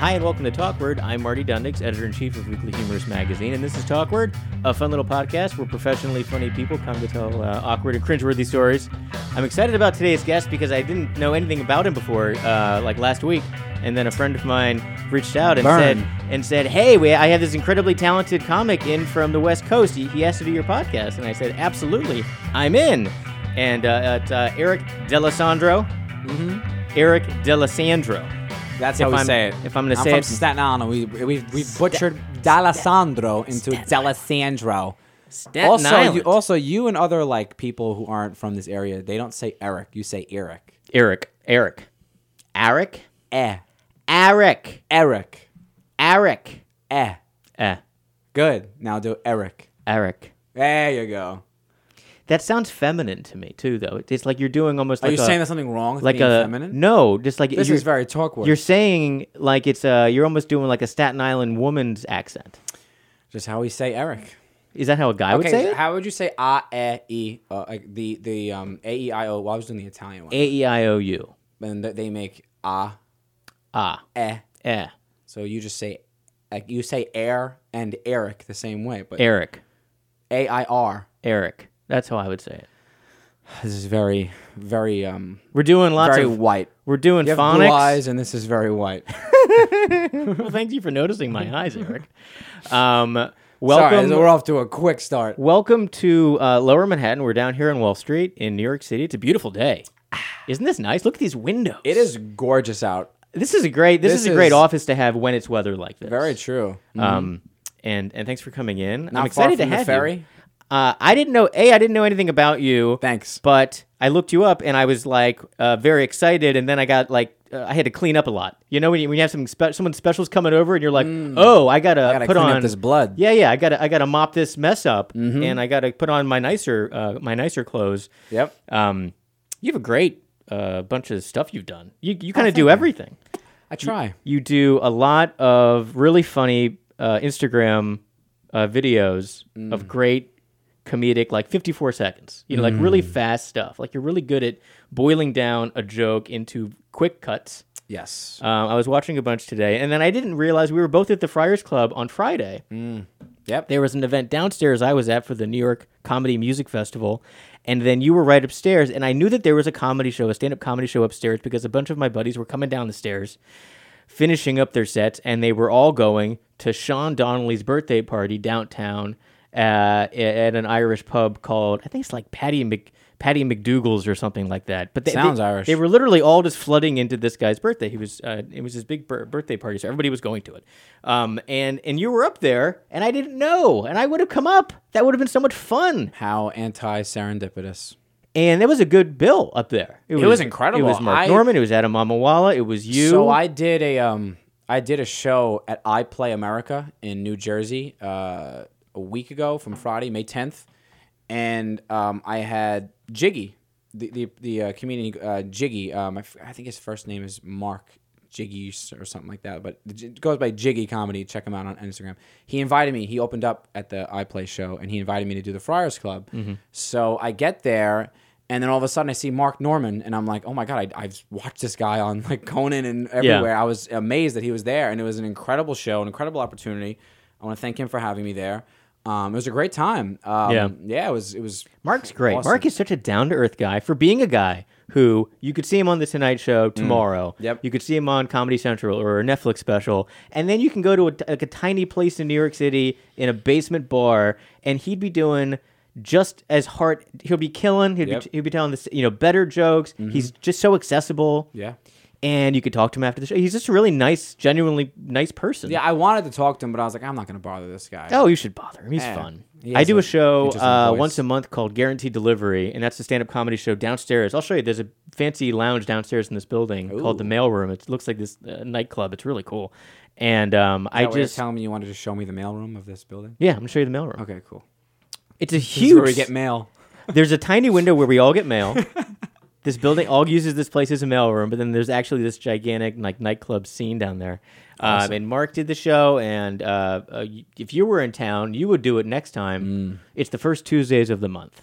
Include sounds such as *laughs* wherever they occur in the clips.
and welcome to Talkword. I'm Marty Dundix, editor in chief of Weekly Humorous Magazine, and this is Talkword, a fun little podcast where professionally funny people come to tell uh, awkward and cringeworthy stories. I'm excited about today's guest because I didn't know anything about him before, uh, like last week, and then a friend of mine reached out and Burn. said and said, "Hey, we, I have this incredibly talented comic in from the West Coast. He, he has to do your podcast." And I said, "Absolutely, I'm in." And uh, it's uh, Eric Delisandro. Eric Delisandro. That's If how we I'm- say it. if I'm gonna I'm say from it- Staten Island. We we we butchered D'Alessandro into D'Alessandro. Staten also, Island. you also you and other like people who aren't from this area, they don't say Eric. You say Eric. Eric. Eric. Eric. Eh. Eric. Eric. Eric. Eh. Eh. Good. Now do Eric. Eric. There you go. That sounds feminine to me too, though. It's like you're doing almost Are like you a, saying there's something wrong with like being a feminine? no, just like This you're, is very talk You're word. saying like it's uh you're almost doing like a Staten Island woman's accent. Just how we say Eric. Is that how a guy would say Okay, it? how would you say ah, eh, e, uh, like the the um a e i o? Well, I was doing the Italian one, A E I O U. and th- they make ah, Ah. eh, Eh. So you just say, like you say air and Eric the same way, but Eric. A I R. Eric. That's how I would say it. This is very, very, um, We're doing lots very of white. we're doing You have phonics. blue eyes, and this is very white. *laughs* Well, thank you for noticing *laughs* my eyes, Eric. Um, Sorry, welcome, we're off to a quick start. welcome to uh, Lower Manhattan. We're down here on Wall Street in New York City. It's a beautiful *sighs* day. Isn't this nice? Look at these windows. It is gorgeous out. This is a great. This, This is a great is- office to have when it's weather like this. Very true. Um, and and thanks for coming in. I'm Not far excited from to the have you. ferry. Uh, I didn't know. A, I didn't know anything about you. Thanks. But I looked you up and I was like uh, very excited, and then I got like uh, I had to clean up a lot. You know when you, when you have something spe- someone special's coming over and you're like, oh, I gotta, Mm. gotta put clean on up this blood. Yeah, yeah, I gotta I gotta mop this mess up, and I gotta put on my nicer uh, my nicer clothes. Yep. Um, you have a great uh, bunch of stuff you've done. You you kind of do everything. I try. You do a lot of really funny uh, Instagram uh, videos of great comedic, like 54 seconds. You know, like really fast stuff. Like you're really good at boiling down a joke into quick cuts. Yes. Um, I was watching a bunch today, and then I didn't realize we were both at the Friars Club on Friday. Mm. Yep. There was an event downstairs I was at for the New York Comedy Music Festival, and then you were right upstairs. And I knew that there was a comedy show, a stand-up comedy show upstairs, because a bunch of my buddies were coming down the stairs, finishing up their sets, and they were all going to Sean Donnelly's birthday party downtown uh, at at an Irish pub called I think it's like Patty Mc. Patty McDougal's or something like that, but they, Sounds they- Irish. They were literally all just flooding into this guy's birthday. He was uh, it was his big bir- birthday party, so everybody was going to it. Um, and and you were up there, and I didn't know, and I would have come up. That would have been so much fun. How anti serendipitous. And that was a good bill up there. was incredible. It was Mark I- Norman. It was Adam Amawala. It was you. So I did a um I did a show at I Play America in New Jersey uh, a week ago from Friday May 10th, and um, I had Jiggy, the the, the uh, comedian uh, Jiggy. Um, I, f- I think his first name is Mark Jiggy s- or something like that, but it goes by Jiggy Comedy. Check him out on Instagram. He invited me. He opened up at the I Play show, and he invited me to do the Friars Club. So I get there. And then all of a sudden, I see Mark Norman, and I'm like, "Oh my god! I, I've watched this guy on like Conan and everywhere. I was amazed that he was there, and it was an incredible show, an incredible opportunity. I want to thank him for having me there. Um, it was a great time. Um, Yeah. yeah, it was. It was. Mark's great. Awesome. Mark is such a down to earth guy for being a guy who you could see him on the Tonight Show tomorrow. Mm. Yep. You could see him on Comedy Central or a Netflix special, and then you can go to a, t- like a tiny place in New York City in a basement bar, and he'd be doing just as hard. He'll be killing. He'd Yep. Mm-hmm. be he'll be telling this you know better jokes. He's just so accessible. Yeah. And you could talk to him after the show. He's just a really nice, genuinely nice person. Yeah, I wanted to talk to him, but I was like, I'm not going to bother this guy. Oh, you should bother him. He's Yeah. fun. Eh. He I has do a a show interesting uh, voice. once a month called Guaranteed Delivery, and that's a stand-up comedy show downstairs. I'll show you. There's a fancy lounge downstairs in this building called the Mail Room. It looks like this uh, nightclub. It's really cool. And um, I I just just tell him you wanted to show me the mailroom of this building. yeah, I'm gonna show you the Mail Room. Okay, cool. It's a This is huge. where we get mail. there's a tiny window where we all get mail. this building all uses this place as a mail room, but then there's actually this gigantic like nightclub scene down there. Um, and Mark did the show, and uh, uh, y- if you were in town, you would do it next time. It's the first Tuesdays of the month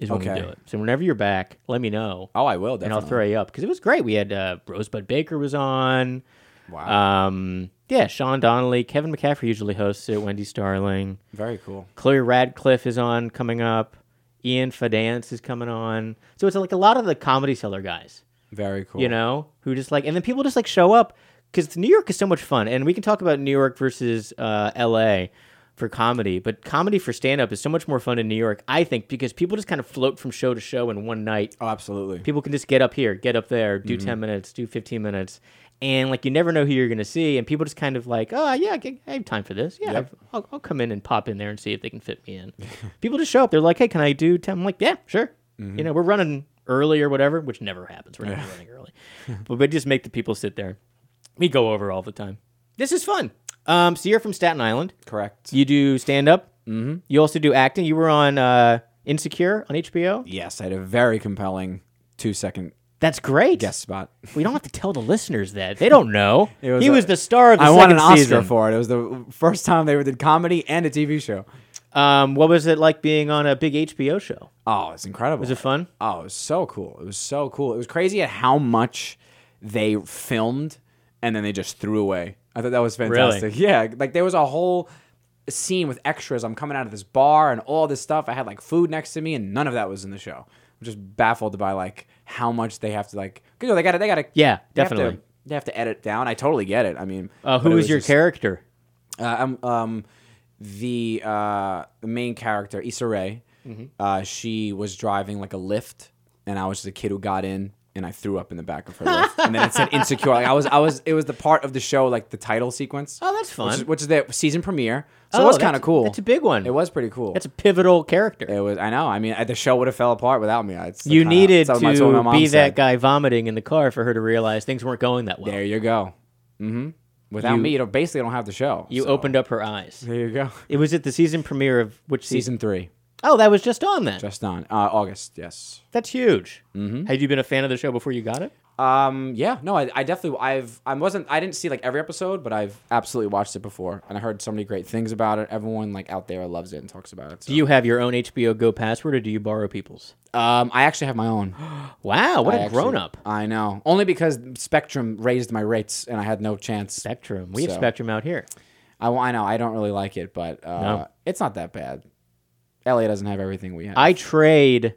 is when we Okay. do it. So whenever you're back, let me know, Oh, I will and I'll definitely. throw you up because it was great. We had uh, Rosebud Baker was on. Wow. Um, yeah, Sean Donnelly, Kevin McCaffrey usually hosts it. Wendy Starling, Very cool. Chloe Radcliffe is on coming up. Ian Fadance is coming on. So it's like a lot of the comedy seller guys, Very cool. you know, who just like, and then people just like show up because New York is so much fun. And we can talk about New York versus uh, LA for comedy, but comedy for stand up is so much more fun in New York, I think, because people just kind of float from show to show in one night Oh, absolutely. people can just get up here, get up there, do 10 minutes, do 15 minutes. And like you never know who you're going to see. And people just kind of like, oh, yeah, I can- I have time for this. Yeah, Yep. I'll, I'll come in and pop in there and see if they can fit me in. *laughs* people just show up. They're like, hey, can I do 10? I'm like, yeah, sure. You know, we're running early or whatever, which never happens. We're never running early. *laughs* but we just make the people sit there. We go over all the time. This is fun. Um, so you're from Staten Island. Correct. You do stand up. Mm-hmm. You also do acting. You were on uh, Insecure on HBO. Yes, I had a very compelling two-second That's great. guest spot. We don't have to tell the listeners that. They don't know. *laughs* It was he a- was the star *laughs* of the I second won an Oscar season. for it. It was the first time they ever did comedy and a TV show. um, what was it like being on a big HBO show? Oh, it's incredible. Was it fun? Oh, it was so cool. It was so cool. It was crazy at how much they filmed and then they just threw away. I thought that was fantastic. Yeah, like there was a whole scene with extras. I'm coming out of this bar and all this stuff. I had like food next to me and none of that was in the show. I'm just baffled by like how much they have to like. 'cause, You know, they got to. They got to. Yeah, they have to- definitely. they have to edit down. I totally get it. I mean, Uh, but who it was your just- character? uh, um, um, the uh, the main character Issa Rae, Mm-hmm. uh, she was driving like a lift, and I was just a kid who got in, and I threw up in the back of *laughs* her lift, and then it said insecure. Like I was, I was, it was the part of the show, like the title sequence. Oh, that's fun. Which is, which is the season premiere, so Oh, it was that's- kind of cool. that's a big one. It was pretty cool. That's a pivotal character. it was. I know. I mean, I- the show would have fell apart without me. It's you kinda- needed it's what my- it's what my to mom be that said. guy vomiting in the car for her to realize things weren't going that well. There you go. hmm Without You- me, you don't, basically don't have the show. you so- opened up her eyes. There you go. It was at the season premiere of which season? Season three, Oh, that was just on then. just on uh, August. Yes. That's huge. Mm-hmm. Had you been a fan of the show before you got it? Um. Yeah. No. I, I. definitely. I've. I wasn't. I didn't see like every episode, but I've absolutely watched it before, and I heard so many great things about it. Everyone like out there loves it and talks about it. So. Do you have your own HBO Go password, or do you borrow people's? um. I actually have my *gasps* own. Wow, what I a actually- grown up. I know. Only because Spectrum raised my rates, and I had no chance. Spectrum. We have So- Spectrum out here. I. I know. I don't really like it, but uh, No. it's not that bad. LA doesn't have everything we have. I trade.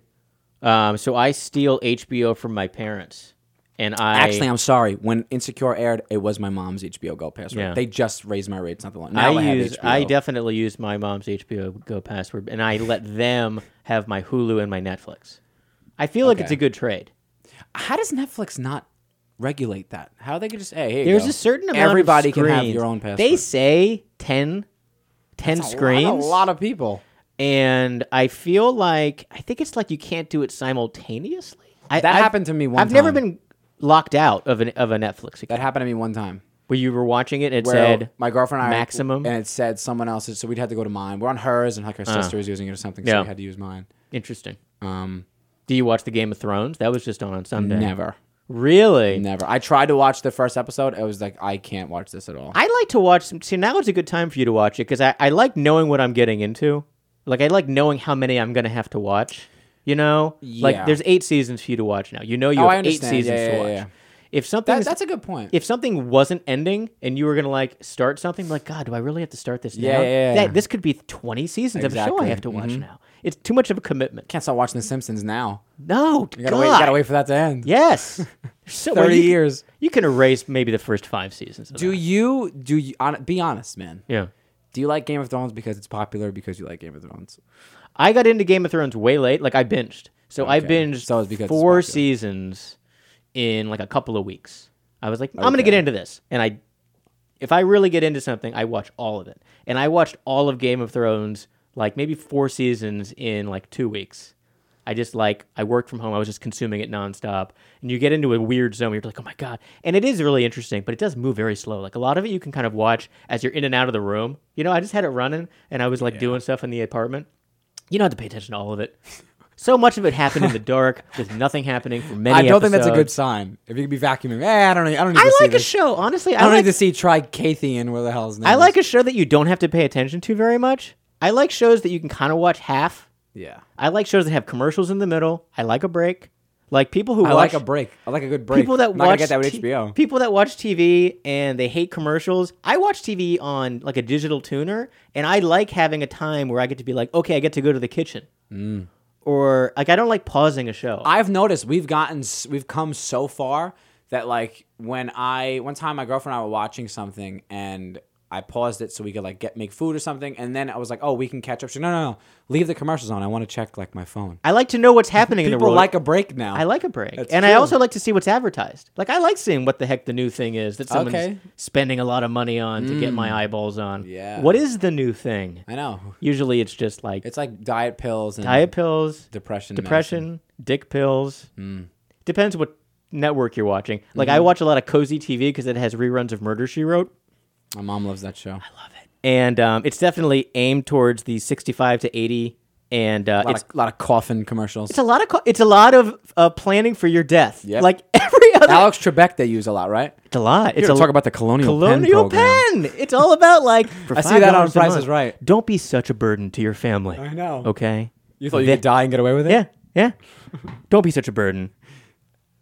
Um, so I steal HBO from my parents, and I Actually, I'm sorry. When Insecure aired, it was my mom's HBO Go password. Yeah. They just raised my rates not that long. I Now I, use have HBO. I definitely use my mom's HBO Go password, and I let them have my Hulu and my Netflix. I feel like it's Okay. a good trade. How does Netflix not regulate that? How they could just hey, here you There's go. a certain amount. everybody of screens. can have your own password. They say 10, 10 screens. A lot, of people. and I feel like I think it's like you can't do it simultaneously. I, That I've- happened to me one I've never time. been locked out of an of a Netflix account That happened to me one time. where you were watching it. and It Where said my girlfriend and I maximum? Uh-huh. and it said someone else's, so we'd have to go to mine. We're on hers, and like her sister was using it or something, Yeah. so we had to use mine. interesting. Um, Do you watch the Game of Thrones? That was just on on Sunday. never, Really? never. I tried to watch the first episode. I was like, I can't watch this at all. I like to watch. Some, see, now is a good time for you to watch it because I, I like knowing what I'm getting into. Like I like knowing how many I'm gonna have to watch. You know, like Yeah. there's eight seasons for you to watch now. You know you Oh, I have eight understand. Yeah, seasons yeah, to yeah, watch. yeah. If something That, that's a good point. if something wasn't ending and you were gonna like start something, like God, do I really have to start this Yeah, now? yeah, yeah, That- yeah. this could be 20 seasons of a show I Exactly. Mm-hmm. have to watch now. It's too much of a commitment. can't stop watching The Simpsons now. No, You gotta God. wait. You gotta wait for that to end. *laughs* Yes. There's so, well, Thirty you can- years. You can erase maybe the first five seasons. Of Do that. you? Do you? On, be honest, man. Yeah. Do you like Game of Thrones because it's popular? Because you like Game of Thrones? I got into Game of Thrones way late. Like I binged. So I Okay. binged So it's because it's four popular. seasons in like a couple of weeks. I was like, I'm gonna Okay. get into this. And I if I really get into something, I watch all of it. And I watched all of Game of Thrones, like maybe four seasons in like two weeks. I just like I worked from home. I was just consuming it nonstop, and you get into a weird zone. Where you're like, oh my god! And it is really interesting, but it does move very slow. Like a lot of it, you can kind of watch as you're in and out of the room. You know, I just had it running, and I was like doing stuff in the apartment. You don't have to pay attention to all of it. So much of it happened in the *laughs* dark with nothing happening for many. I don't think that's a good episodes. sign. If you could be vacuuming, eh, I don't. Need, I don't need to I see like a this. show, honestly. I, I don't like need to see Tricathian, where the hell his name I is. like a show that you don't have to pay attention to very much. I like shows that you can kind of watch half. Yeah. I like shows that have commercials in the middle. I like a break. Like people who I watch like a break. I like a good break. people that I'm not watch gonna get that with t- HBO. people that watch TV and they hate commercials. I watch TV on like a digital tuner, and I like having a time where I get to be like, okay, I get to go to the kitchen, Mm. or like I don't like pausing a show. I've noticed we've gotten s- we've come so far that like when I one time my girlfriend and I were watching something and I paused it so we could like get make food or something and then I was like oh we can catch up. She no no no leave the commercials on. I want to check like my phone. I like to know what's happening in the People world. like a break now. I like a break, That's and I true. also like to see what's advertised. Like I like seeing what the heck the new thing is that someone's Okay. Mm. spending a lot of money on to get my eyeballs on. Yeah. what is the new thing? I know Usually, it's just like it's like diet pills and diet pills, depression depression, dick pills. Mm. Depends what network you're watching. Like Mm-hmm. I watch a lot of cozy TV because it has reruns of Murder She Wrote, medicine. My mom loves that show. and um, it's definitely aimed towards the 65 to 80, and uh, A lot, it's of, lot of coffin commercials. it's a lot of co- it's a lot of uh, planning for your death. Yep. Like *laughs* every other, Alex Trebek they use a lot, right? it's a lot. It's It's a, a talk about the colonial colonial pen. program. pen. It's all about like. for *laughs* I see that $5 on a Price is month, Right. Don't be such a burden to your family. I know. Okay. You thought you Oh, They- could die and get away with it? Yeah, yeah. Don't be such a burden.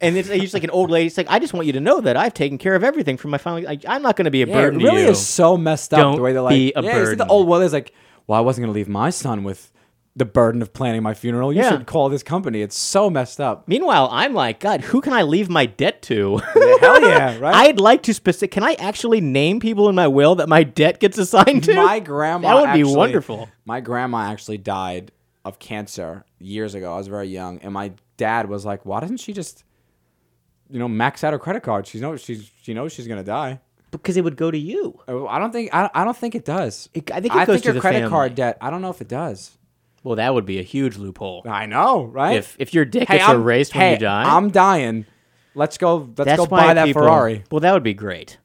And it's, it's like an old lady. It's like I just want you to know that I've taken care of everything from my family. Like, I'm not going to be a Yeah, burden it really to you. is so messed up Don't the way they're like. be a yeah, you see burden. the old woman's like, well, I wasn't going to leave my son with the burden of planning my funeral. You Yeah. should call this company. It's so messed up. Meanwhile, I'm like, God, who can I leave my debt to? *laughs* Hell yeah, right? I'd like to specific. Can I actually name people in my will that my debt gets assigned to? my grandma. That would be actually- wonderful. My grandma actually died of cancer years ago. I was very young, and my dad was like, "Why doesn't she just, you know, max out her credit card? She's no, she's she knows she's gonna die." because it would go to you. Oh, I don't think I, I don't think it does. It- I think it goes to your the credit family. card debt. I don't know if it does. Well, that would be a huge loophole. I know, right? If if your debt hey, gets I'm, erased hey, when you die, I'm dying. Let's go. Let's That's go why buy that people- Ferrari. Well, that would be great.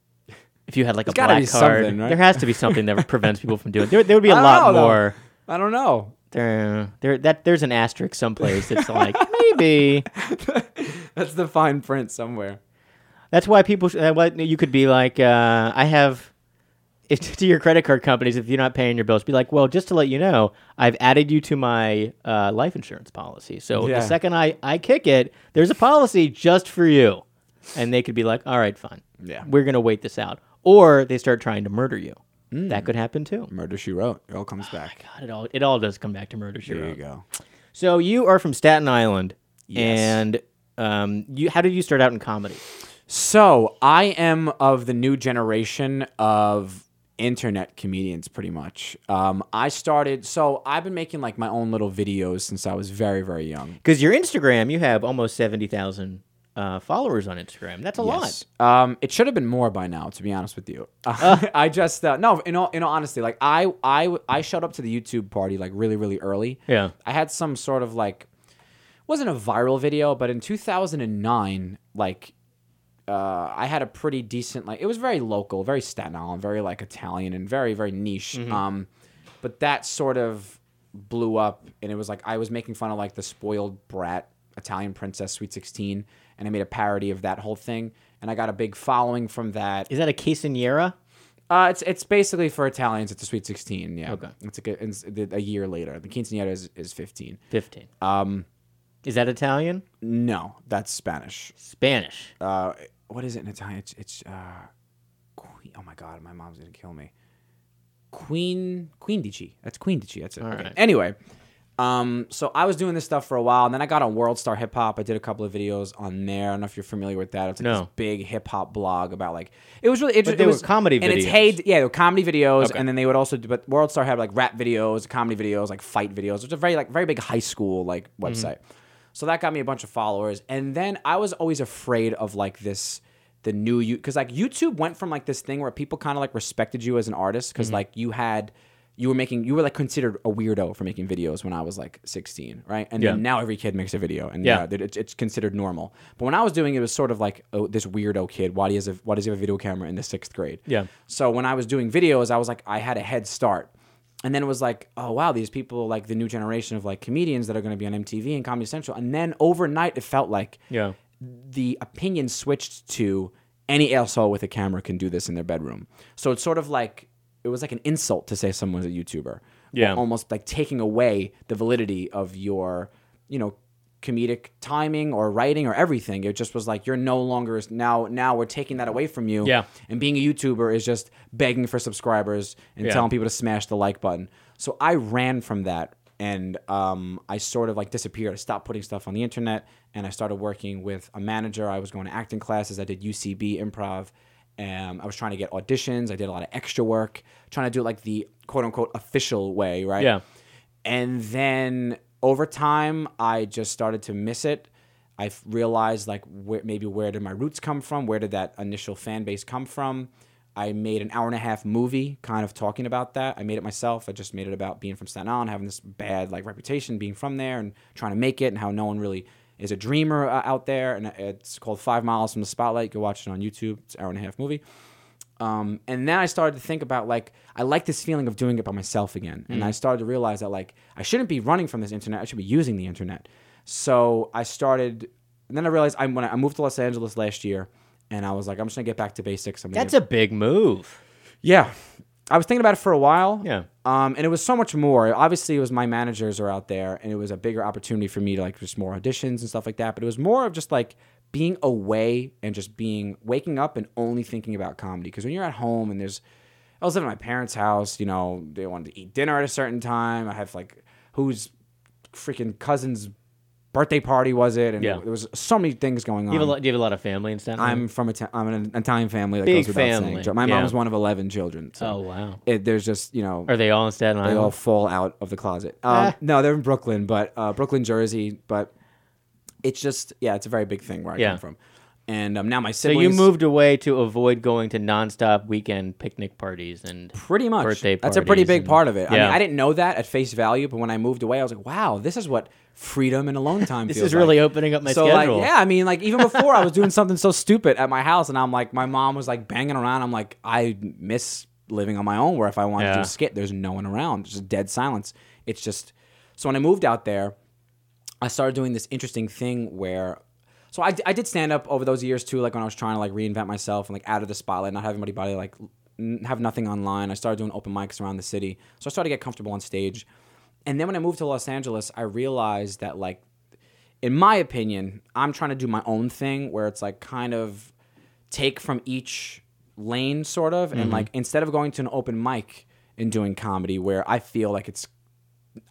If you had like a gotta black be card, something, right? there has to be something *laughs* that prevents people from doing. There, there would be a I don't lot know, though. more. I don't know. *laughs* There, there, that there's an asterisk someplace. that's like maybe That's the fine print somewhere. that's why people. Sh- uh, what you could be like, uh, I have. If *laughs* to your credit card companies, if you're not paying your bills, be like, well, just to let you know, I've added you to my uh, life insurance policy. So Yeah. the second I I kick it, there's a policy just for you, and they could be like, all right, fine. Yeah. we're gonna wait this out, or they start trying to murder you. Hmm. That could happen too. Murder She Wrote. It all *sighs* comes back. Oh God, it all it all does come back to murder. She There wrote. you go. So you are from Staten Island, Yes. and um, you how did you start out in comedy? So I am of the new generation of internet comedians, pretty much. Um, I started. So I've been making like my own little videos since I was very, very young. Because your Instagram, you have almost seventy thousand uh, followers on Instagram. That's a lot. Yes. Um, it should have been more by now, to be honest with you. *laughs* I just uh, no, in all in all honesty, like I I I showed up to the YouTube party like really really early. Yeah. I had some sort of like wasn't a viral video, but in 2009, like uh, I had a pretty decent like it was very local, very Staten Island, very like Italian and very very niche. Um, but that sort of blew up, and it was like I was making fun of like the spoiled brat Italian princess, Sweet Sixteen, and I made a parody of that whole thing, and I got a big following from that. Is that a quinceanera? Uh, it's it's basically for Italians. It's a Sweet Sixteen. Yeah. Okay. It's like a, it's a year later. The quinceanera is, is fifteen. Fifteen. Um, is that Italian? No, that's Spanish. Spanish. Uh, what is it in Italian? It's, it's uh, queen. Oh my god, my mom's gonna kill me. Queen Quindici. That's Quindici. That's it. Okay. right. Anyway, um, so I was doing this stuff for a while, and then I got on World Star Hip Hop. I did a couple of videos on there. I don't know if you're familiar with that. It's like No. this big hip hop blog about like it was really. It, they it were was comedy and It's videos. heyday. Yeah, they were comedy videos, and then they would also do. But World Star had like rap videos, comedy videos, like fight videos. It's a very like very big high school like Mm-hmm. website. So that got me a bunch of followers, and then I was always afraid of like this the new you because like YouTube went from like this thing where people kind of like respected you as an artist Mm-hmm. because like you had you were making you were like considered a weirdo for making videos when I was like 16, right? And Yeah. then now every kid makes a video, and Yeah. yeah, that it's, it's considered normal. But when I was doing it, it was sort of like oh, this weirdo kid. Why does he have, why does he have a video camera in the sixth grade? Yeah. So when I was doing videos, I was like I had a head start, and then it was like oh wow these people like the new generation of like comedians that are going to be on MTV and Comedy Central, and then overnight it felt like Yeah. the opinion switched to any asshole with a camera can do this in their bedroom. So it's sort of like it was like an insult to say someone's a YouTuber. Yeah. Almost like taking away the validity of your, you know, comedic timing or writing or everything. It just was like you're no longer now. Now we're taking that away from you. Yeah. And being a YouTuber is just begging for subscribers and Yeah. telling people to smash the like button. So I ran from that and um, I sort of like disappeared. I stopped putting stuff on the internet and I started working with a manager. I was going to acting classes. I did UCB improv. Um, I was trying to get auditions. I did a lot of extra work, trying to do it like the quote unquote official way, right? Yeah. And then over time, I just started to miss it. I f- realized like where, maybe where did my roots come from? Where did that initial fan base come from? I made an hour and a half movie kind of talking about that. I made it myself. I just made it about being from Staten Island, having this bad like reputation, being from there and trying to make it and how no one really is a dreamer uh, out there. And it's called Five Miles from the Spotlight. Go watch it on YouTube. It's an hour and a half movie. Um, and then I started to think about like I like this feeling of doing it by myself again, and I started to realize that like I shouldn't be running from this internet. I should be using the internet. So I started. And then I realized I when I I moved to Los Angeles last year, and I was like, I'm just gonna get back to basics. I'm gonna That's a big move. yeah. I was thinking about it for a while. Yeah. Um, and it was so much more. Obviously, it was my managers are out there, and it was a bigger opportunity for me to like just more auditions and stuff like that. But it was more of just like being away and just being waking up and only thinking about comedy. Because when you're at home and there's, I was living at my parents' house. You know, they wanted to eat dinner at a certain time. I have like whose freaking cousin's birthday party was it? And Yeah. there was so many things going on. Do you have a lot, do you have a lot of famfamily in Staten Island? I'm from a I'm an Italian family. That Big goes without saying. family, So My yeah. mom's one of eleven children. So Oh, wow. it, there's just you know Are they all in Staten they Island? all fall out of the closet. Um, Ah. no, they're in Brooklyn, but uh, Brooklyn, Jersey. But it's just yeah, it's a very big thing where I Yeah. come from. And um, now my so siblings. you moved away to avoid going to nonstop weekend picnic parties and pretty much. birthday That's a pretty parties big and- part of it. I mean, Yeah. I didn't know that at face value, but when I moved away, I was like, wow, this is what freedom and alone time. This feels is really like. opening up my so schedule. like yeah i mean like even before i *laughs* was doing something so stupid at my house and i'm like my mom was like banging around i'm like i miss living on my own where if i wanted to do Yeah. a skit there's no one around just dead silence it's just so when i moved out there i started doing this interesting thing where so i, d- I did stand up over those years too like when i was trying to like reinvent myself and like out of the spotlight not have anybody like n- have nothing online i started doing open mics around the city so i started to get comfortable on stage and then when i moved to los angeles i realized that like in my opinion, I'm trying to do my own thing where it's like kind of take from each lane, sort of, and like instead of going to an open mic and doing comedy where I feel like it's,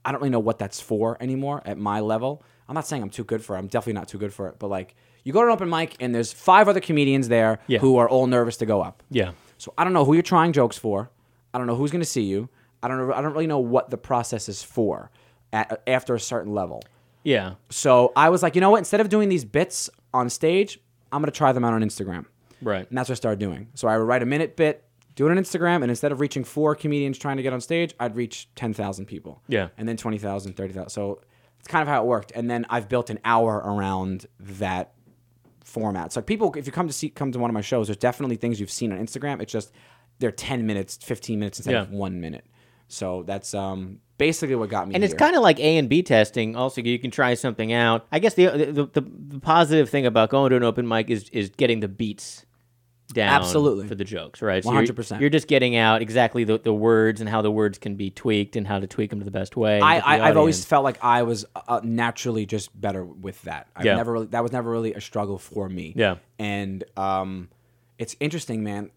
I don't really know what that's for anymore at my level. I'm not saying I'm too good for it. I'm definitely not too good for it, but like you go to an open mic and there's five other comedians there Yeah. who are all nervous to go up. Yeah. So I don't know who you're trying jokes for. I don't know who's going to see you. I don't know. I don't really know what the process is for at after a certain level. Yeah. So I was like, you know what? Instead of doing these bits on stage, I'm gonna try them out on Instagram. Right. And that's what I started doing. So I would write a minute bit, do it on Instagram, and instead of reaching four comedians trying to get on stage, I'd reach 10,000 people. Yeah. And then 20,000, 30,000. So it's kind of how it worked. And then I've built an hour around that format. So people, if you come to see, come to one of my shows, there's definitely things you've seen on Instagram. It's just they're 10 minutes, 15 minutes instead of Yeah. one minute. So that's um, basically what got me. And it's here. kind of like A and B testing. Also, you can try something out. I guess the the, the the positive thing about going to an open mic is is getting the beats down Absolutely. for the jokes, right? So 100%. You're, you're just getting out exactly the, the words and how the words can be tweaked and how to tweak them to the best way. and get the I, I I've always audience. felt like I was uh, naturally just better with that. I've Yeah. never really that was never really a struggle for me. Yeah. And um, it's interesting, man.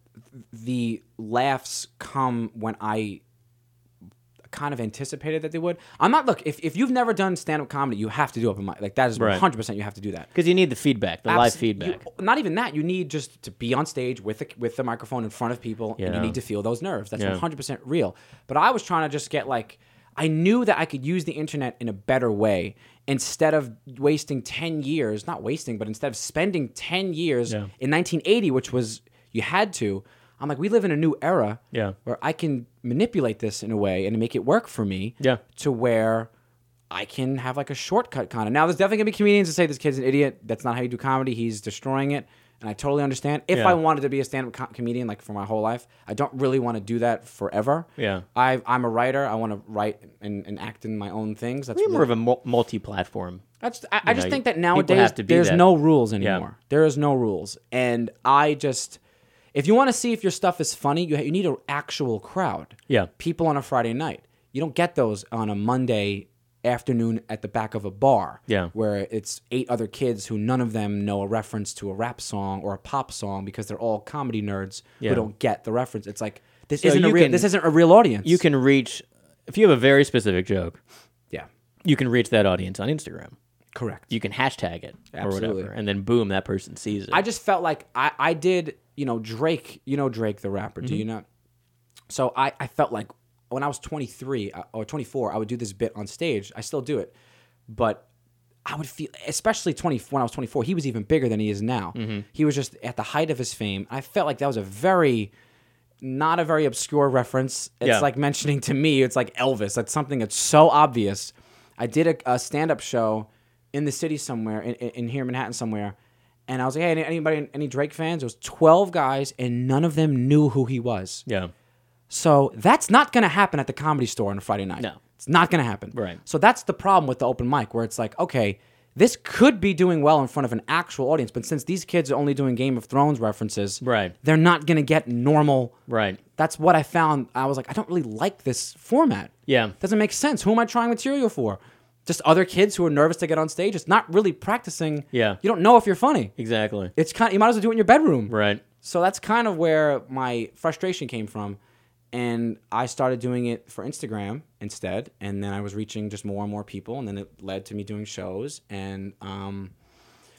The laughs come when I kind of anticipated that they would. I'm not look if, if you've never done stand up comedy, you have to do open mic. Like that is Right. 100 percent you have to do that. because you need the feedback, the live Abs- you- feedback. not even that. You need just to be on stage with the, with the microphone in front of people, and you Yeah. need to feel those nerves. That's Yeah. one hundred percent real. But I was trying to just get like I knew that I could use the internet in a better way instead of wasting ten years, not wasting, but instead of spending ten years Yeah. in nineteen eighty, which was you had to. I'm like, we live in a new era Yeah. where I can manipulate this in a way and make it work for me Yeah. to where I can have like a shortcut kind of. Now, there's definitely gonna be comedians that say this kid's an idiot. That's not how you do comedy. He's destroying it, and I totally understand. If Yeah. I wanted to be a stand-up co- comedian like for my whole life, I don't really want to do that forever. Yeah. I, I'm a writer. I want to write and, and act in my own things. That's You're really- more of a mul- multi-platform. that's I, I know, just think that people have nowadays to be there's that. no rules anymore. There is no rules, and I just if you want to see if your stuff is funny, you ha- you need an actual crowd. Yeah. people on a Friday night. You don't get those on a Monday afternoon at the back of a bar. Yeah. Where it's eight other kids who none of them know a reference to a rap song or a pop song because they're all comedy nerds Yeah. who don't get the reference. It's like this Yeah, isn't a you real can- this isn't a real audience. You can reach if you have a very specific joke, Yeah. you can reach that audience on Instagram. Correct. You can hashtag it or Absolutely. whatever, and then boom, that person sees it. I just felt like I, I did, you know, Drake, you know, Drake the rapper, do you not? So I, I felt like when I was 23 uh, or 24, I would do this bit on stage. I still do it. But I would feel, especially 20, when I was 24, he was even bigger than he is now. He was just at the height of his fame. I felt like that was a very, not a very obscure reference. It's Yeah. like mentioning to me, it's like Elvis. That's something that's so obvious. I did a, a stand up show in the city somewhere, in, in, in here in Manhattan somewhere. And I was like, hey, any- anybody, any Drake fans? It was 12 guys, and none of them knew who he was. yeah, So that's not going to happen at the comedy store on a Friday night. No. It's not going to happen. Right. So that's the problem with the open mic where it's like, okay, this could be doing well in front of an actual audience, but since these kids are only doing Game of Thrones references, Right. they're not going to get normal. right. That's what I found. I was like, I don't really like this format. Yeah. Doesn't make sense. Who am I trying material for? Just other kids who are nervous to get on stage. It's not really practicing. Yeah. You don't know if you're funny. Exactly. It's kind you might as well do it in your bedroom. Right. So that's kind of where my frustration came from. And I started doing it for Instagram instead. And then I was reaching just more and more people. And then it led to me doing shows. And um,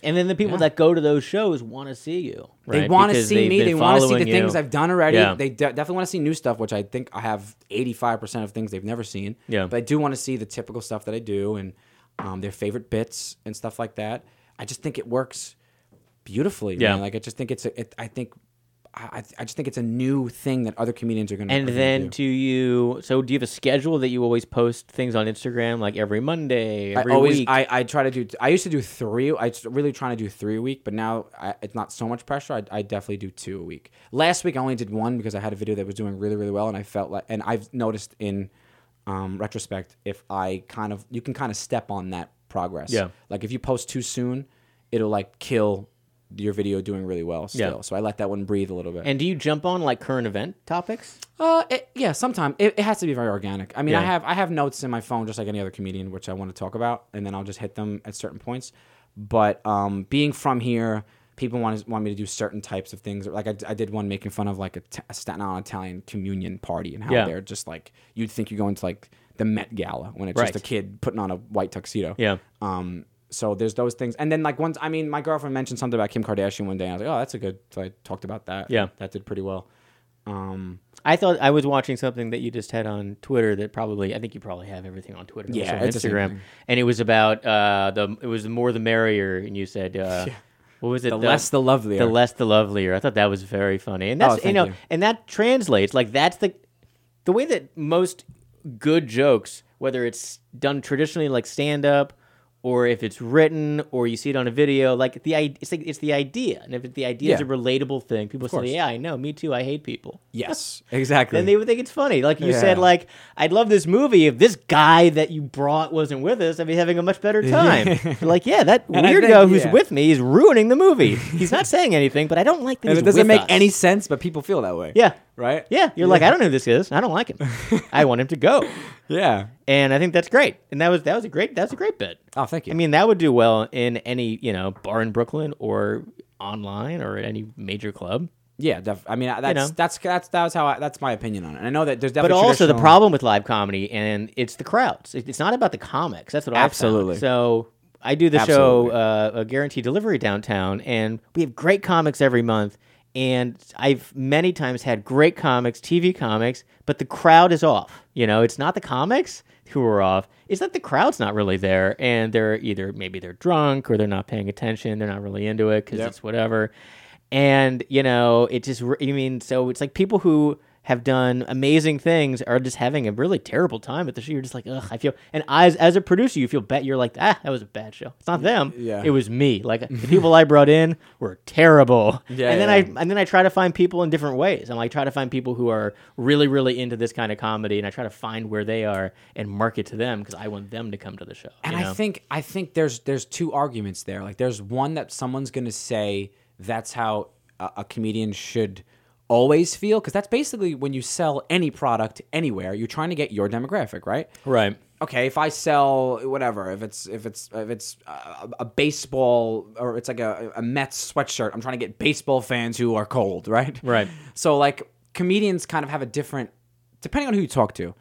And then the people that go to those shows want to see you. they right? want to Because see they've me. been They want to see following the things you. I've done already. Yeah. They de- definitely want to see new stuff, which I think I have 85% of things they've never seen. Yeah. But I do want to see the typical stuff that I do and um, their favorite bits and stuff like that. I just think it works beautifully. Yeah. man. Like, I just think it's, a, it, I think. I, I- I just think it's a new thing that other comedians are going to And then to you, so do you have a schedule that you always post things on Instagram, like every Monday, every I always week? I, I try to do I used to do three I was really trying to do three a week but now I, it's not so much pressure I, I definitely do two a week last week I only did one because I had a video that was doing really really well and I felt like and I've noticed in um, retrospect if I kind of you can kind of step on that progress Yeah. like if you post too soon it'll like kill your video doing really well still Yeah. so I let that one breathe a little bit and do you jump on like current event topics? uh, it, yeah. Sometimes it, it has to be very organic. I mean, I Yeah. have I have notes in my phone just like any other comedian, which I want to talk about, and then I'll just hit them at certain points. But um, being from here, people want want me to do certain types of things. Like I, I did one making fun of like a, t- a Staten Island Italian communion party and how Yeah. they're just like you'd think you're going to like the Met Gala when it's Right. just a kid putting on a white tuxedo. Yeah. Um, so there's those things, and then like once I mean, my girlfriend mentioned something about Kim Kardashian one day. And I was like, oh, that's a good. So I talked about that. Yeah. that did pretty well. Um, I thought I was watching something that you just had on Twitter that probably I think you probably have everything on Twitter, Yeah, also on it's the same Instagram, thing. and it was about uh, the it was the more the merrier, and you said uh, what was it? the, less the lovelier. the less the lovelier. I thought that was very funny, and that's Oh, you thank know, you. and that translates like that's the the way that most good jokes, whether it's done traditionally like stand up, or if it's written, or you see it on a video, like the i- it's like it's the idea, and if the idea is a Yeah. relatable thing, people course. say, "Yeah, I know, me too, I hate people." Yes, *laughs* exactly. Then they would think it's funny. Like you said, Yeah. like I'd love this movie if this guy that you brought wasn't with us. I'd be having a much better time. *laughs* like, yeah, that I weirdo think- who's yeah. with me is ruining the movie. He's not saying anything, but I don't like that. and he's it doesn't with make us. any sense, but people feel that way. Yeah, Right? yeah. You're like, I don't know who this is. I don't like him. I want him to *laughs* go. Yeah. And I think that's great. And that was that was a great that was a great bit. Oh, thank you. I mean, that would do well in any you know bar in Brooklyn or online or at any major club. yeah. Def- I mean, I- that's, know. that's that's that was how I, that's my opinion on it. And I know that there's But definitely also the traditional- problem with live comedy, and it's the crowds. It- It's not about the comics. That's what I found. Absolutely. So I do the Absolutely. show uh, a guaranteed delivery downtown, and we have great comics every month. And I've many times had great comics, TV comics, but the crowd is off. You know, it's not the comics who are off. It's that the crowd's not really there, and they're either maybe they're drunk or they're not paying attention. They're not really into it because Yep. it's whatever. And you know, it just re- I mean, so it's like people who have done amazing things are just having a really terrible time at the show. You're just like, ugh, I feel. And as as a producer, you feel bad. You're like, ah, that was a bad show. It's not them. Yeah. it was me. Like *laughs* the people I brought in were terrible. Yeah, And then yeah, I and then I try to find people in different ways. I'm like try to find people who are really really into this kind of comedy, and I try to find where they are and market to them because I want them to come to the show. And you know? I think I think there's there's two arguments there. Like there's one that someone's gonna say that's how a, a comedian should always feel because that's basically when you sell any product anywhere, you're trying to get your demographic, right? right. okay, if I sell whatever, if it's if it's if it's uh, a baseball or it's like a, a Mets sweatshirt, I'm trying to get baseball fans who are cold, right? Right. So like comedians kind of have a different, depending on who you talk to,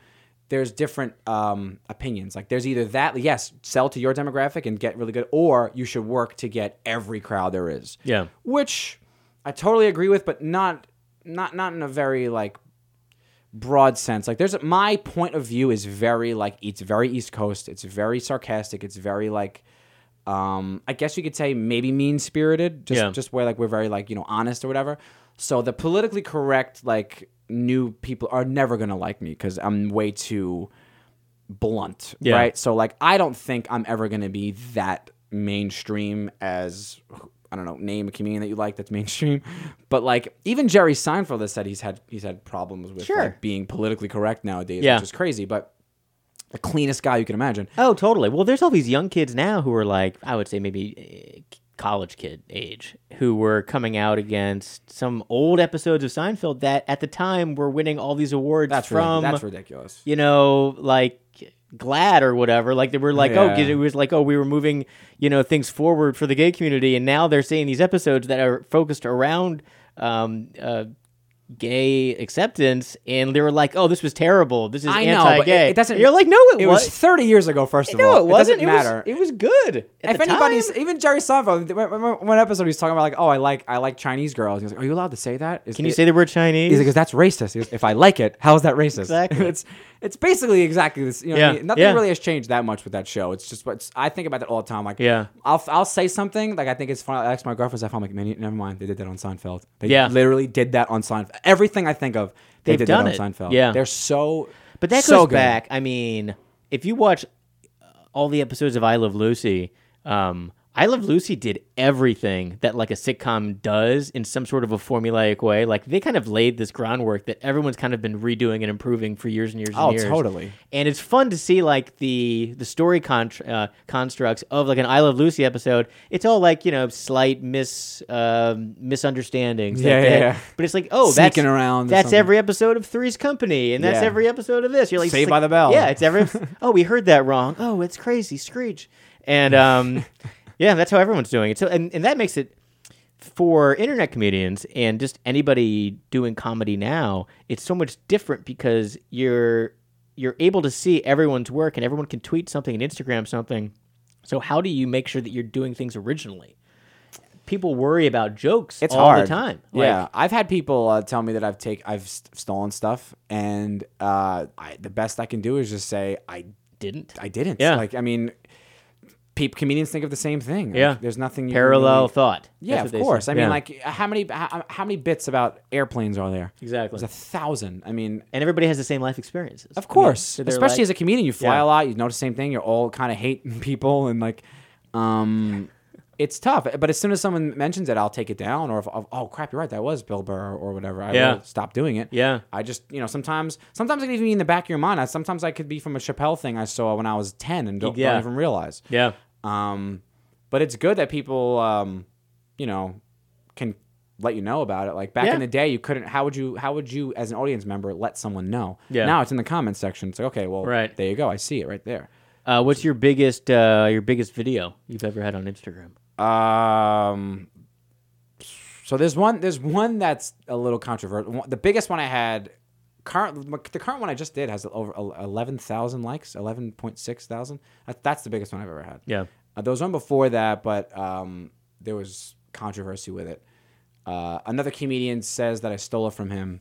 there's different um, opinions. Like there's either that yes, sell to your demographic and get really good, or you should work to get every crowd there is. Yeah. Which I totally agree with, but not not not in a very like broad sense. Like there's my point of view is very like it's very East Coast. It's very sarcastic. It's very like um I guess you could say maybe mean spirited. Just Yeah. just where like we're very like, you know, honest or whatever. So the politically correct like new people are never gonna like me because I'm way too blunt. Yeah. Right. So like I don't think I'm ever gonna be that mainstream as I don't know, name a comedian that you like that's *laughs* mainstream. But like even Jerry Seinfeld has said he's had he's had problems with Sure. like being politically correct nowadays, Yeah. which is crazy, but the cleanest guy you can imagine. Oh, totally. Well, there's all these young kids now who are like, I would say maybe eh, college kid age, who were coming out against some old episodes of Seinfeld that at the time were winning all these awards That's from, ridiculous. that's ridiculous. you know, like Glad or whatever. Like they were like, oh, 'cause Yeah. it was like, oh, we were moving, you know, things forward for the gay community, and now they're seeing these episodes that are focused around. Um, uh, gay acceptance and they were like oh this was terrible this is I know, but it- anti-gay it doesn't- you're like no it, It was was 30 years ago, first of all. no, it wasn't. doesn't matter. It was, it was good. At if the anybody's time. even Jerry Seinfeld, th- one- one one episode he was talking about like, oh, I like I like Chinese girls. He was like, are you allowed to say that? Is can you it- say the word Chinese? He's like, because that's racist. He goes, if I like it, how is that racist? Exactly. *laughs* it's it's basically exactly this. You know, what I Yeah, mean? nothing yeah. really has changed that much with that show. It's just what's I think about that all the time. Like, Yeah. I'll I'll say something like I think it's funny. I asked my girlfriend stuff. I'm like, man, never mind. They did that on Seinfeld. They Yeah. literally did that on Seinfeld. Everything I think of, they They've did done that it. on Seinfeld. Yeah. they're so. but that goes so good. back. I mean, if you watch uh, all the episodes of I Love Lucy, um, I Love Lucy did everything that like a sitcom does in some sort of a formulaic way. Like they kind of laid this groundwork that everyone's kind of been redoing and improving for years and years and Oh, years. totally. and it's fun to see like the the story con- uh, constructs of like an I Love Lucy episode. It's all like you know slight mis um misunderstandings. that- Yeah, yeah, that- yeah. But it's like oh, Sneaking that's, around or That's something. every episode of Three's Company, and that's Yeah. every episode of this. You're like Saved it's by like- the Bell. Yeah, it's every. *laughs* oh, we heard that wrong. Oh, it's crazy Screech, and *laughs* um, yeah, that's how everyone's doing it. So and and that makes it for internet comedians and just anybody doing comedy now, it's so much different because you're you're able to see everyone's work and everyone can tweet something and Instagram something. So how do you make sure that you're doing things originally? People worry about jokes It's all hard. the time. yeah, I've had people uh, tell me that I've take I've st- stolen stuff, and uh, I, the best I can do is just say I didn't. I didn't. Yeah. Like, I mean, peop comedians think of the same thing. Like, Yeah. There's nothing you can Parallel really- thought. Mm-hmm. yeah, That's what of they say. course. I mean, Yeah. like, how many how, how many bits about airplanes are there? Exactly. There's a thousand. I mean, and everybody has the same life experiences. of course. Especially as as a comedian, you fly Yeah. a lot. You notice the same thing. You're all kind of hating *laughs* people, and like, um, it's tough. But as soon as someone mentions it, I'll take it down. Or if oh crap, you're right, that was Bill Burr or whatever. I Yeah. will stop doing it. Yeah. I just you know sometimes sometimes it can even be in the back of your mind. I, sometimes I could be from a Chappelle thing I saw when I was ten and don't, Yeah. don't even realize. yeah. Um, but it's good that people, um, you know, can let you know about it. Like back Yeah. in the day, you couldn't. How would you? How would you, as an audience member, let someone know? Yeah. Now it's in the comments section. It's like, okay, well, Right. there you go. I see it right there. Uh, what's your biggest uh, your biggest video you've ever had on Instagram? Um, so there's one. There's one that's a little controversial. One- The biggest one I had. Current, the current one I just did has over eleven thousand likes, eleven point six thousand. That- That's the biggest one I've ever had. Yeah. Uh, there was one before that, but um, there was controversy with it. Uh, another comedian says that I stole it from him.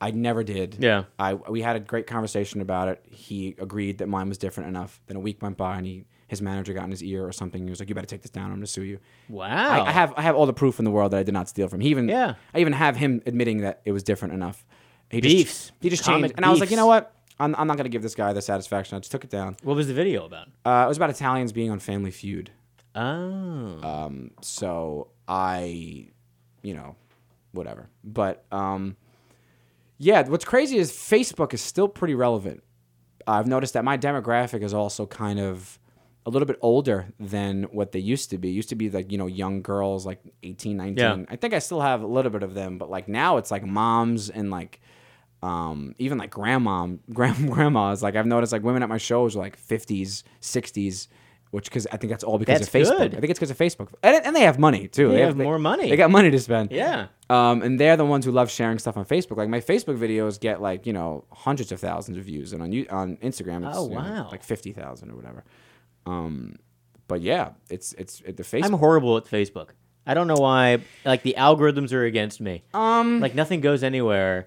I never did. Yeah. I we had a great conversation about it. He agreed that mine was different enough. Then a week went by, and he his manager got in his ear or something. He was like, "You better take this down. I'm gonna sue you." Wow. I, I have I have all the proof in the world that I did not steal from. him. He even Oh. Yeah. I even have him admitting that it was different enough. He Beefs. Just, he just Comic changed, and I was like, beefs. you know what? I'm, I'm not gonna give this guy the satisfaction. I just took it down. What was the video about? Uh, it was about Italians being on Family Feud. Oh. Um, so I, you know, whatever. But um, yeah, what's crazy is Facebook is still pretty relevant. I've noticed that my demographic is also kind of a little bit older than what they used to be. Used to be like, you know, young girls like 18, 19. Yeah. I think I still have a little bit of them, but like now it's like moms and like um, even like grandma, *laughs* grand, grandmas. Like I've noticed, like women at my shows are like fifties, sixties, which because I think that's all because That's of Facebook. good. I think it's because of Facebook, and, and they have money too. They, have more money. They got money to spend. Yeah. Um, and they're the ones who love sharing stuff on Facebook. Like my Facebook videos get like you know hundreds of thousands of views, and on you on Instagram, it's, Oh, you know, wow. like fifty thousand or whatever. Um, but yeah, it's it's it, the I'm Facebook. horrible at Facebook. I don't know why. Like the algorithms are against me. um, Like nothing goes anywhere,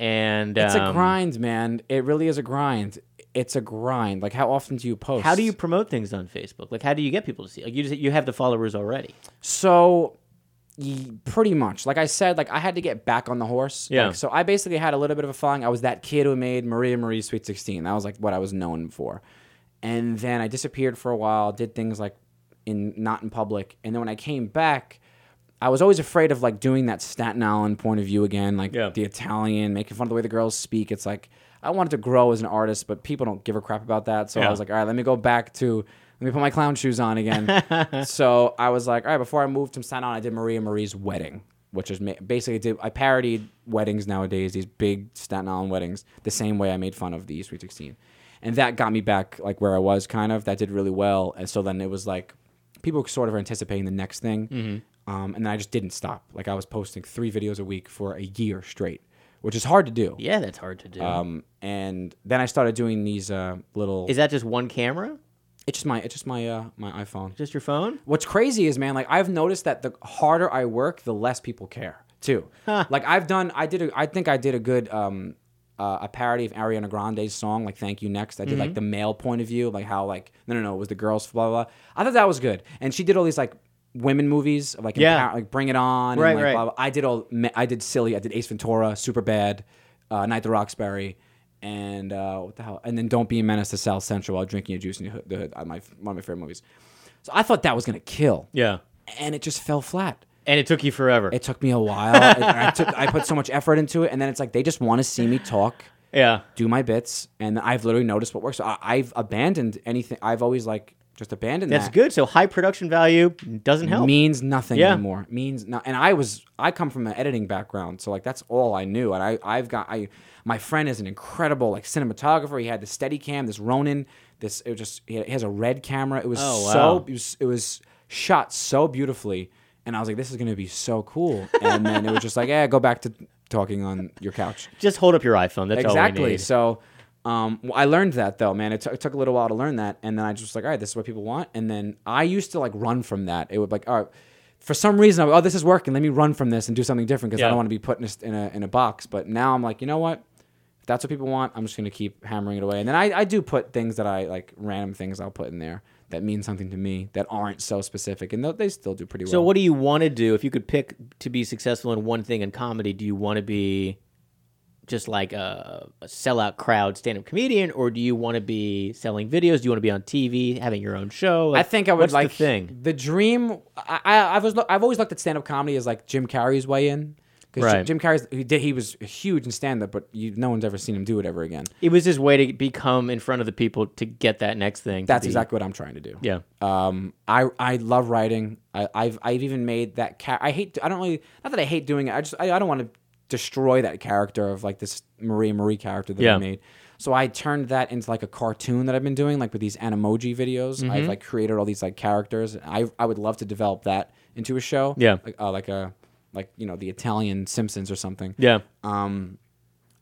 and it's a um, grind, man. It really is a grind. It's a grind. Like how often do you post? How do you promote things on Facebook? Like, how do you get people to see? Like, you just you have the followers already. So, y- pretty much, like I said, like I had to get back on the horse. Yeah. Like, so I basically had a little bit of a following. I was that kid who made Maria Marie Sweet Sixteen. That was like what I was known for. And then I disappeared for a while. Did things like in not in public. And then when I came back, I was always afraid of like doing that Staten Island point of view again, like Yeah. the Italian, making fun of the way the girls speak. It's like I wanted to grow as an artist, but people don't give a crap about that. So Yeah. I was like, all right, let me go back to let me put my clown shoes on again. so I was like, all right, before I moved to Staten Island, I did Maria Marie's wedding, which is ma- basically did I parodied weddings nowadays, these big Staten Island weddings, the same way I made fun of the E Sweet Sixteen, and that got me back like where I was, kind of. That did really well, and so then it was like people were sort of anticipating the next thing. Um, and then I just didn't stop. Like I was posting three videos a week for a year straight, which is hard to do. Yeah, that's hard to do. Um, and then I started doing these uh, little. Is that just one camera? it's just my it's just my uh, my iPhone. Just your phone? What's crazy is, man, like I've noticed that the harder I work, the less people care too. Like I've done, I did, a, I think I did a good um, uh, a parody of Ariana Grande's song, like "Thank You Next." I did Mm-hmm. like the male point of view, like how like no, no, no, it was the girls, blah blah. blah. I thought that was good, and she did all these like women movies, like Yeah. empower- like Bring It On, Right, and, like, right. Blah, blah. I did all, me- I did silly, I did Ace Ventura, Super Bad, uh, Night at the Roxbury. And uh, what the hell? And then don't be a menace to South Central while drinking your juice in the hood. The hood uh, my, one of my favorite movies. So I thought that was gonna kill, Yeah. and it just fell flat. And it took you forever. It took me a while. It- I, took, I put so much effort into it, and then it's like they just want to see me talk, yeah. do my bits, and I've literally noticed what works. So I, I've abandoned anything. I've always like just abandoned. That's that. good. So high production value doesn't help. Means nothing Yeah. anymore. Means no. And I was I come from an editing background, so like that's all I knew. And I I've got I my friend is an incredible like cinematographer. He had the Steadicam, this Ronin, this it was just he has a red camera. It was Oh, wow. so it was, it was shot so beautifully, and I was like, this is gonna be so cool. And then it was just like, yeah, go back to talking on your couch Just hold up your iPhone. That's all we exactly. need. So um, w- I learned that though, man. It, took it took a little while to learn that, and then I just was like, all right, this is what people want. And then I used to like run from that. It would like, all right, for some reason, I would, oh, this is working. Let me run from this and do something different because Yeah. I don't want to be put in a, s- in a in a box. But now I'm like, you know what? If that's what people want, I'm just gonna keep hammering it away. And then I, I do put things that I like, random things I'll put in there that mean something to me that aren't so specific, and th- they still do pretty well. So, what do you want to do if you could pick to be successful in one thing in comedy? Do you want to be just like a, a sellout crowd stand up comedian, or do you want to be selling videos? Do you want to be on TV, having your own show? I Like, think I would what's like the thing. The dream. I, I I've was I've always looked at stand up comedy as like Jim Carrey's way in. Because Right. Jim Carrey's he did he was huge in stand up, but you, no one's ever seen him do it ever again. It was his way to become in front of the people to get that next thing. to That's be- exactly what I'm trying to do. Yeah. Um, I I love writing. I, I've I've even made that car. I hate. I don't really. Not that I hate doing it. I just I, I don't want to destroy that character of like this Marie Marie character that Yeah. I made. So I turned that into like a cartoon that I've been doing, like with these animoji videos. Mm-hmm. I've like created all these like characters. I I would love to develop that into a show. Yeah. Like, uh, like a like you know the Italian Simpsons or something Yeah. um,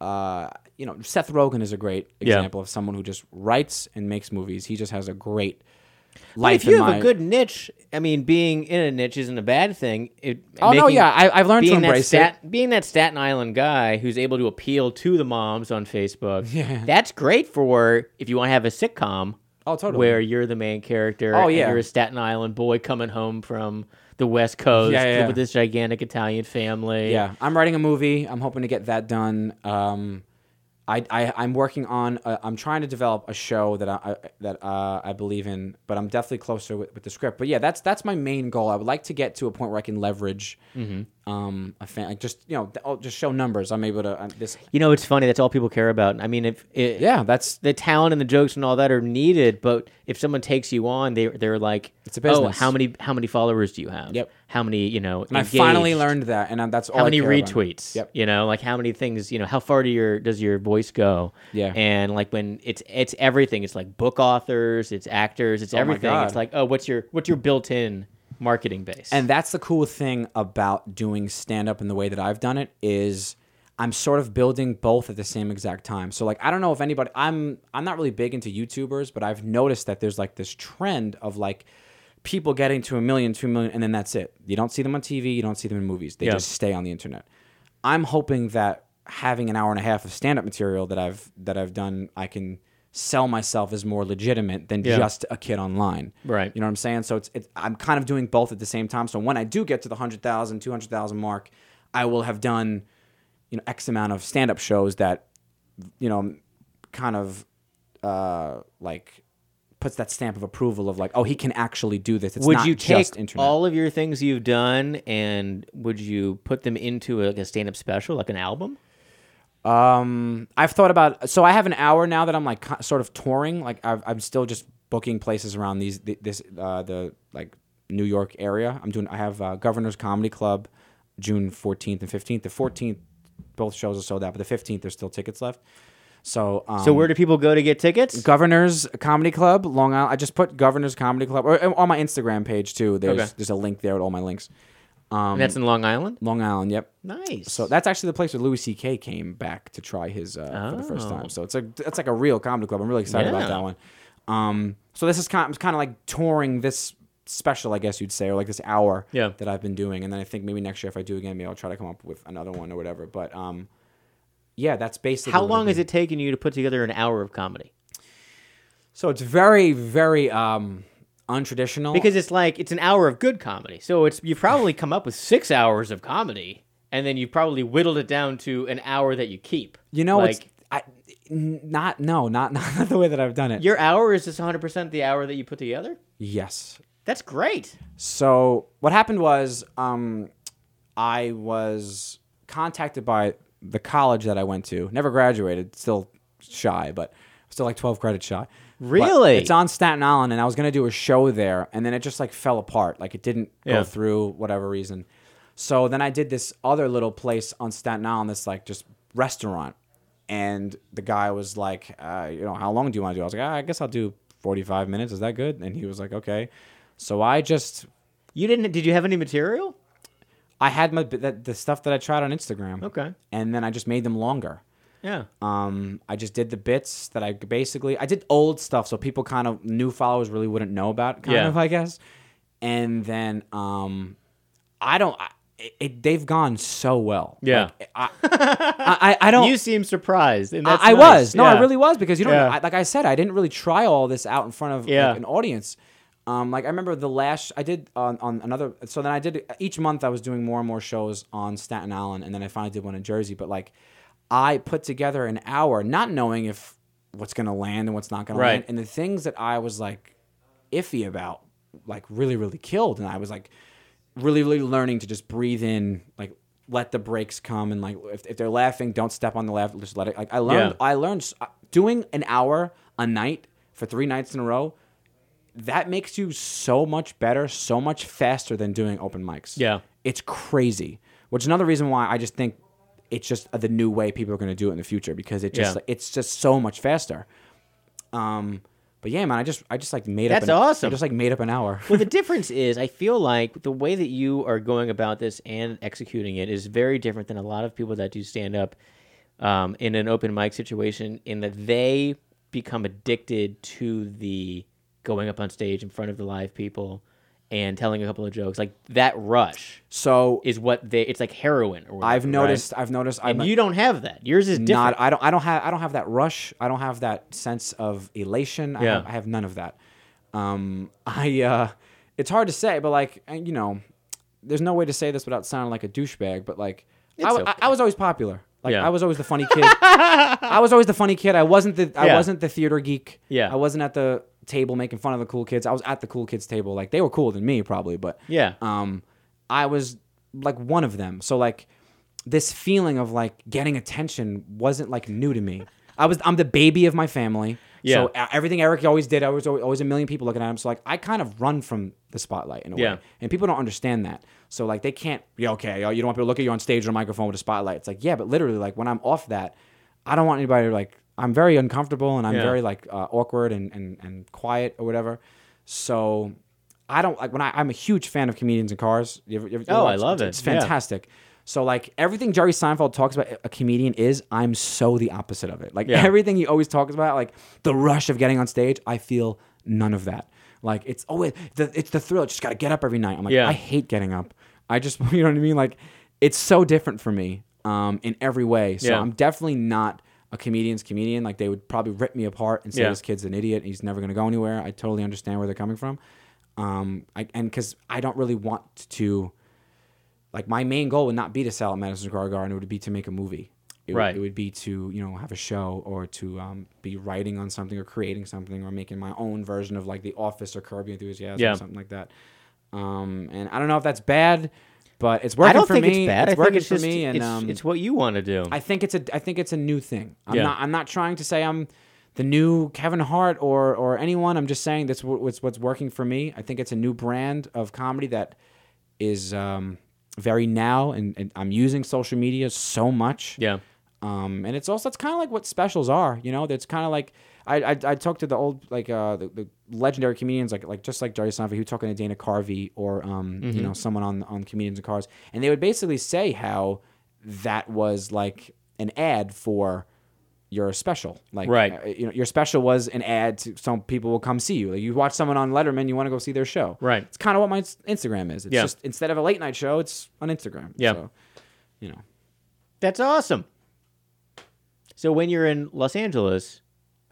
uh, you know, Seth Rogen is a great Yeah. example of someone who just writes and makes movies. He just has a great But life. if you in have my- a good niche, I mean, being in a niche isn't a bad thing. It, oh no, making- yeah, I, I've learned to being that embrace stat, being that Staten Island guy who's able to appeal to the moms on Facebook, *laughs* Yeah. that's great for if you want to have a sitcom. Oh, totally. Where you're the main character. Oh, and yeah. you're a Staten Island boy coming home from the West Coast Yeah, yeah, yeah. with this gigantic Italian family. it. Yeah, I'm writing a movie. I'm hoping to get that done. Um, I, I I'm working on. i I'm trying to develop a show that I, I that uh, I believe in, but I'm definitely closer with, with the script. But yeah, that's that's my main goal. I would like to get to a point where I can leverage um, a fan, like just you know, th- I'll just show numbers. I'm able to. i this, You know, it's funny. That's all people care about. I mean, if it, yeah, that's the talent and the jokes and all that are needed, but if someone takes you on, they they're like, It's a Oh, business." how many how many followers do you have? Yep. How many you know? And I finally learned that, and I, that's all. how I many care about. retweets. Yep. You know, like how many things. You know, how far do your does your voice go? Yeah. And like when it's it's everything. It's like book authors. It's actors. It's everything. It's God. like oh, what's your what's your built in marketing base? And that's the cool thing about doing stand up in the way that I've done it is I'm sort of building both at the same exact time. So like I don't know if anybody I'm I'm not really big into YouTubers, but I've noticed that there's like this trend of like people getting to a million, two million, and then that's it. You don't see them on TV, you don't see them in movies. They Yeah. just stay on the internet. I'm hoping that having an hour and a half of stand up material that I've that I've done, I can sell myself as more legitimate than Yeah. just a kid online. Right. You know what I'm saying? So it's, it's I'm kind of doing both at the same time. So when I do get to the 100,000, 200,000 mark, I will have done, you know, X amount of stand up shows that, you know, kind of uh, like puts that stamp of approval of like, oh, he can actually do this. It's would not you just take internet. all of your things you've done and would you put them into like a stand up special, like an album? Um, I've thought about so I have an hour now that I'm like ki- sort of touring. Like I've, I'm still just booking places around these th- this uh, the like New York area. I'm doing I have uh, Governor's Comedy Club June 14th and 15th. The 14th both shows are sold out, but the 15th there's still tickets left. So um, So where do people go to get tickets? Governor's Comedy Club, Long Island. I just put Governor's Comedy Club or, and on my Instagram page too. There's Okay. there's a link there with all my links. Um, And that's in Long Island. Long Island, yep. Nice. So that's actually the place where Louis C.K. came back to try his uh, for the first time. So it's a that's like a real comedy club. I'm really excited Oh. Yeah. about that one. Um, so this is kind of, kind of like touring this special, I guess you'd say, or like this hour Yeah. that I've been doing. And then I think maybe next year if I do again, maybe I'll try to come up with another one or whatever. But um, yeah, that's basically how what long it has it taken you to put together an hour of comedy? So it's very very um untraditional Because it's like it's an hour of good comedy. So it's you've probably come up with six hours of comedy, and then you probably whittled it down to an hour that you keep. you know like it's I, n- not no not *laughs* not the way that I've done it. your hour is just 100 percent the hour that you put together. yes, That's great. So what happened was um, I was contacted by the college that I went to. Never graduated, still shy, but still like 12 credits shy. But Really? it's on Staten Island and I was going to do a show there and then it just like fell apart. Like it didn't Yeah. go through whatever reason. So then I did this other little place on Staten Island, this like just restaurant. And the guy was like, uh, you know, how long do you want to do? I was like, ah, I guess I'll do 45 minutes. Is that good? And he was like, okay. So I just You didn't? Did you have any material? I had my that, the stuff that I tried on Instagram. Okay. And then I just made them longer. Yeah. Um, I just did the bits that I basically I did old stuff, so people kind of new followers really wouldn't know about, kind Yeah. of I guess. And then um, I don't. I, it, it, they've gone so well. Yeah. Like, I, *laughs* I, I don't. you seem surprised. And I, that's I nice. was. No, Yeah. I really was because you don't. Yeah. I, like I said, I didn't really try all this out in front of like, Yeah. an audience. Um, like I remember the last I did on, on another. So then I did each month. I was doing more and more shows on Staten Island, and then I finally did one in Jersey. But like, I put together an hour, not knowing if what's gonna land and what's not gonna Right. land, and the things that I was like iffy about, like really really killed, and I was like really really learning to just breathe in, like let the breaks come, and like if, if they're laughing, don't step on the laugh, just let it. Like I learned Yeah. I learned s- doing an hour a night for three nights in a row. That makes you so much better, so much faster than doing open mics. Yeah. it's crazy. Which is another reason why I just think it's just the new way people are going to do it in the future because it just Yeah. it's just so much faster. Um, but yeah, man, I just I just like made That's up. an- awesome. I just like made up an hour. well, the difference is, I feel like the way that you are going about this and executing it is very different than a lot of people that do stand up um, in an open mic situation, in that they become addicted to the going up on stage in front of the live people and telling a couple of jokes. Like that rush So is what they. It's like heroin. Or whatever, I've right? noticed. I've noticed. I'm And you don't have that. Yours is different. not. I don't. I don't have. I don't have that rush. I don't have that sense of elation. I, Yeah. have, I have none of that. Um, I. Uh, it's hard to say, but like uh, you know, there's no way to say this without sounding like a douchebag. But like, I, w- okay. I- I was always popular. Like Yeah. I was always the funny *laughs* kid. I was always the funny kid. I wasn't the. I Yeah. wasn't the theater geek. Yeah. I wasn't at the table making fun of uh, the cool kids. I was at the cool kids table. Like they were cooler than me probably, but Yeah. um, I was like one of them. So like this feeling of like getting attention wasn't like new to me. I was I'm the baby of my family. Yeah. So e- everything Eric always did, I was always, always a million people looking at him. So like I kind of run from the spotlight in a Yeah. way. And people don't understand that. So like they can't, yeah, okay, yo, you don't want people to look at you on stage or a microphone with a spotlight. It's like, yeah, but literally like when I'm off that, I don't want anybody to like I'm very uncomfortable and I'm Yeah. very like uh, awkward and, and and quiet or whatever. So I don't like when I, I'm a huge fan of comedians in cars. You ever- you ever- Oh, I it's- love It's it. Yeah. fantastic. So like everything Jerry Seinfeld talks about a comedian is, I'm so the opposite of it. Like Yeah. everything he always talks about, like the rush of getting on stage, I feel none of that. Like it's always the it's the thrill. Just gotta get up every night. I'm like, Yeah. I hate getting up. I just *laughs* you know what I mean? Like it's so different for me um in every way. So Yeah. I'm definitely not a comedian's comedian. Like they would probably rip me apart and say Yeah. this kid's an idiot. He's never gonna go anywhere. I totally understand where they're coming from. Um, I, and because I don't really want to, like, my main goal would not be to sell at Madison Square Garden. It would be to make a movie. It would- Right. it would be to you know have a show or to um, be writing on something or creating something or making my own version of like The Office or Curb Your Enthusiasm Yeah. or something like that. Um, and I don't know if that's bad, but it's working I don't for think me. it's bad. I working think it's for just me, and it's, um, it's what you want to do. I think it's a I think it's a new thing. I'm Yeah. not I'm not trying to say I'm the new Kevin Hart or or anyone. I'm just saying that's what- what's what's working for me. I think it's a new brand of comedy that is um, very now, and, and I'm using social media so much. yeah. Um, and it's also it's kind of like what specials are, you know. That's kind of like I, I I talked to the old like uh the, the legendary comedians like like just like Jerry Seinfeld, he was talking to Dana Carvey or um you Mm-hmm. know someone on on comedians and cars, and they would basically say how that was like an ad for your special, like Right. uh, you know your special was an ad to some people will come see you. Like you watch someone on Letterman, you want to go see their show, Right. It's kind of what my s- Instagram is. It's Yeah. just instead of a late night show, it's on Instagram. Yeah. So, you know. That's awesome. So when you're in Los Angeles,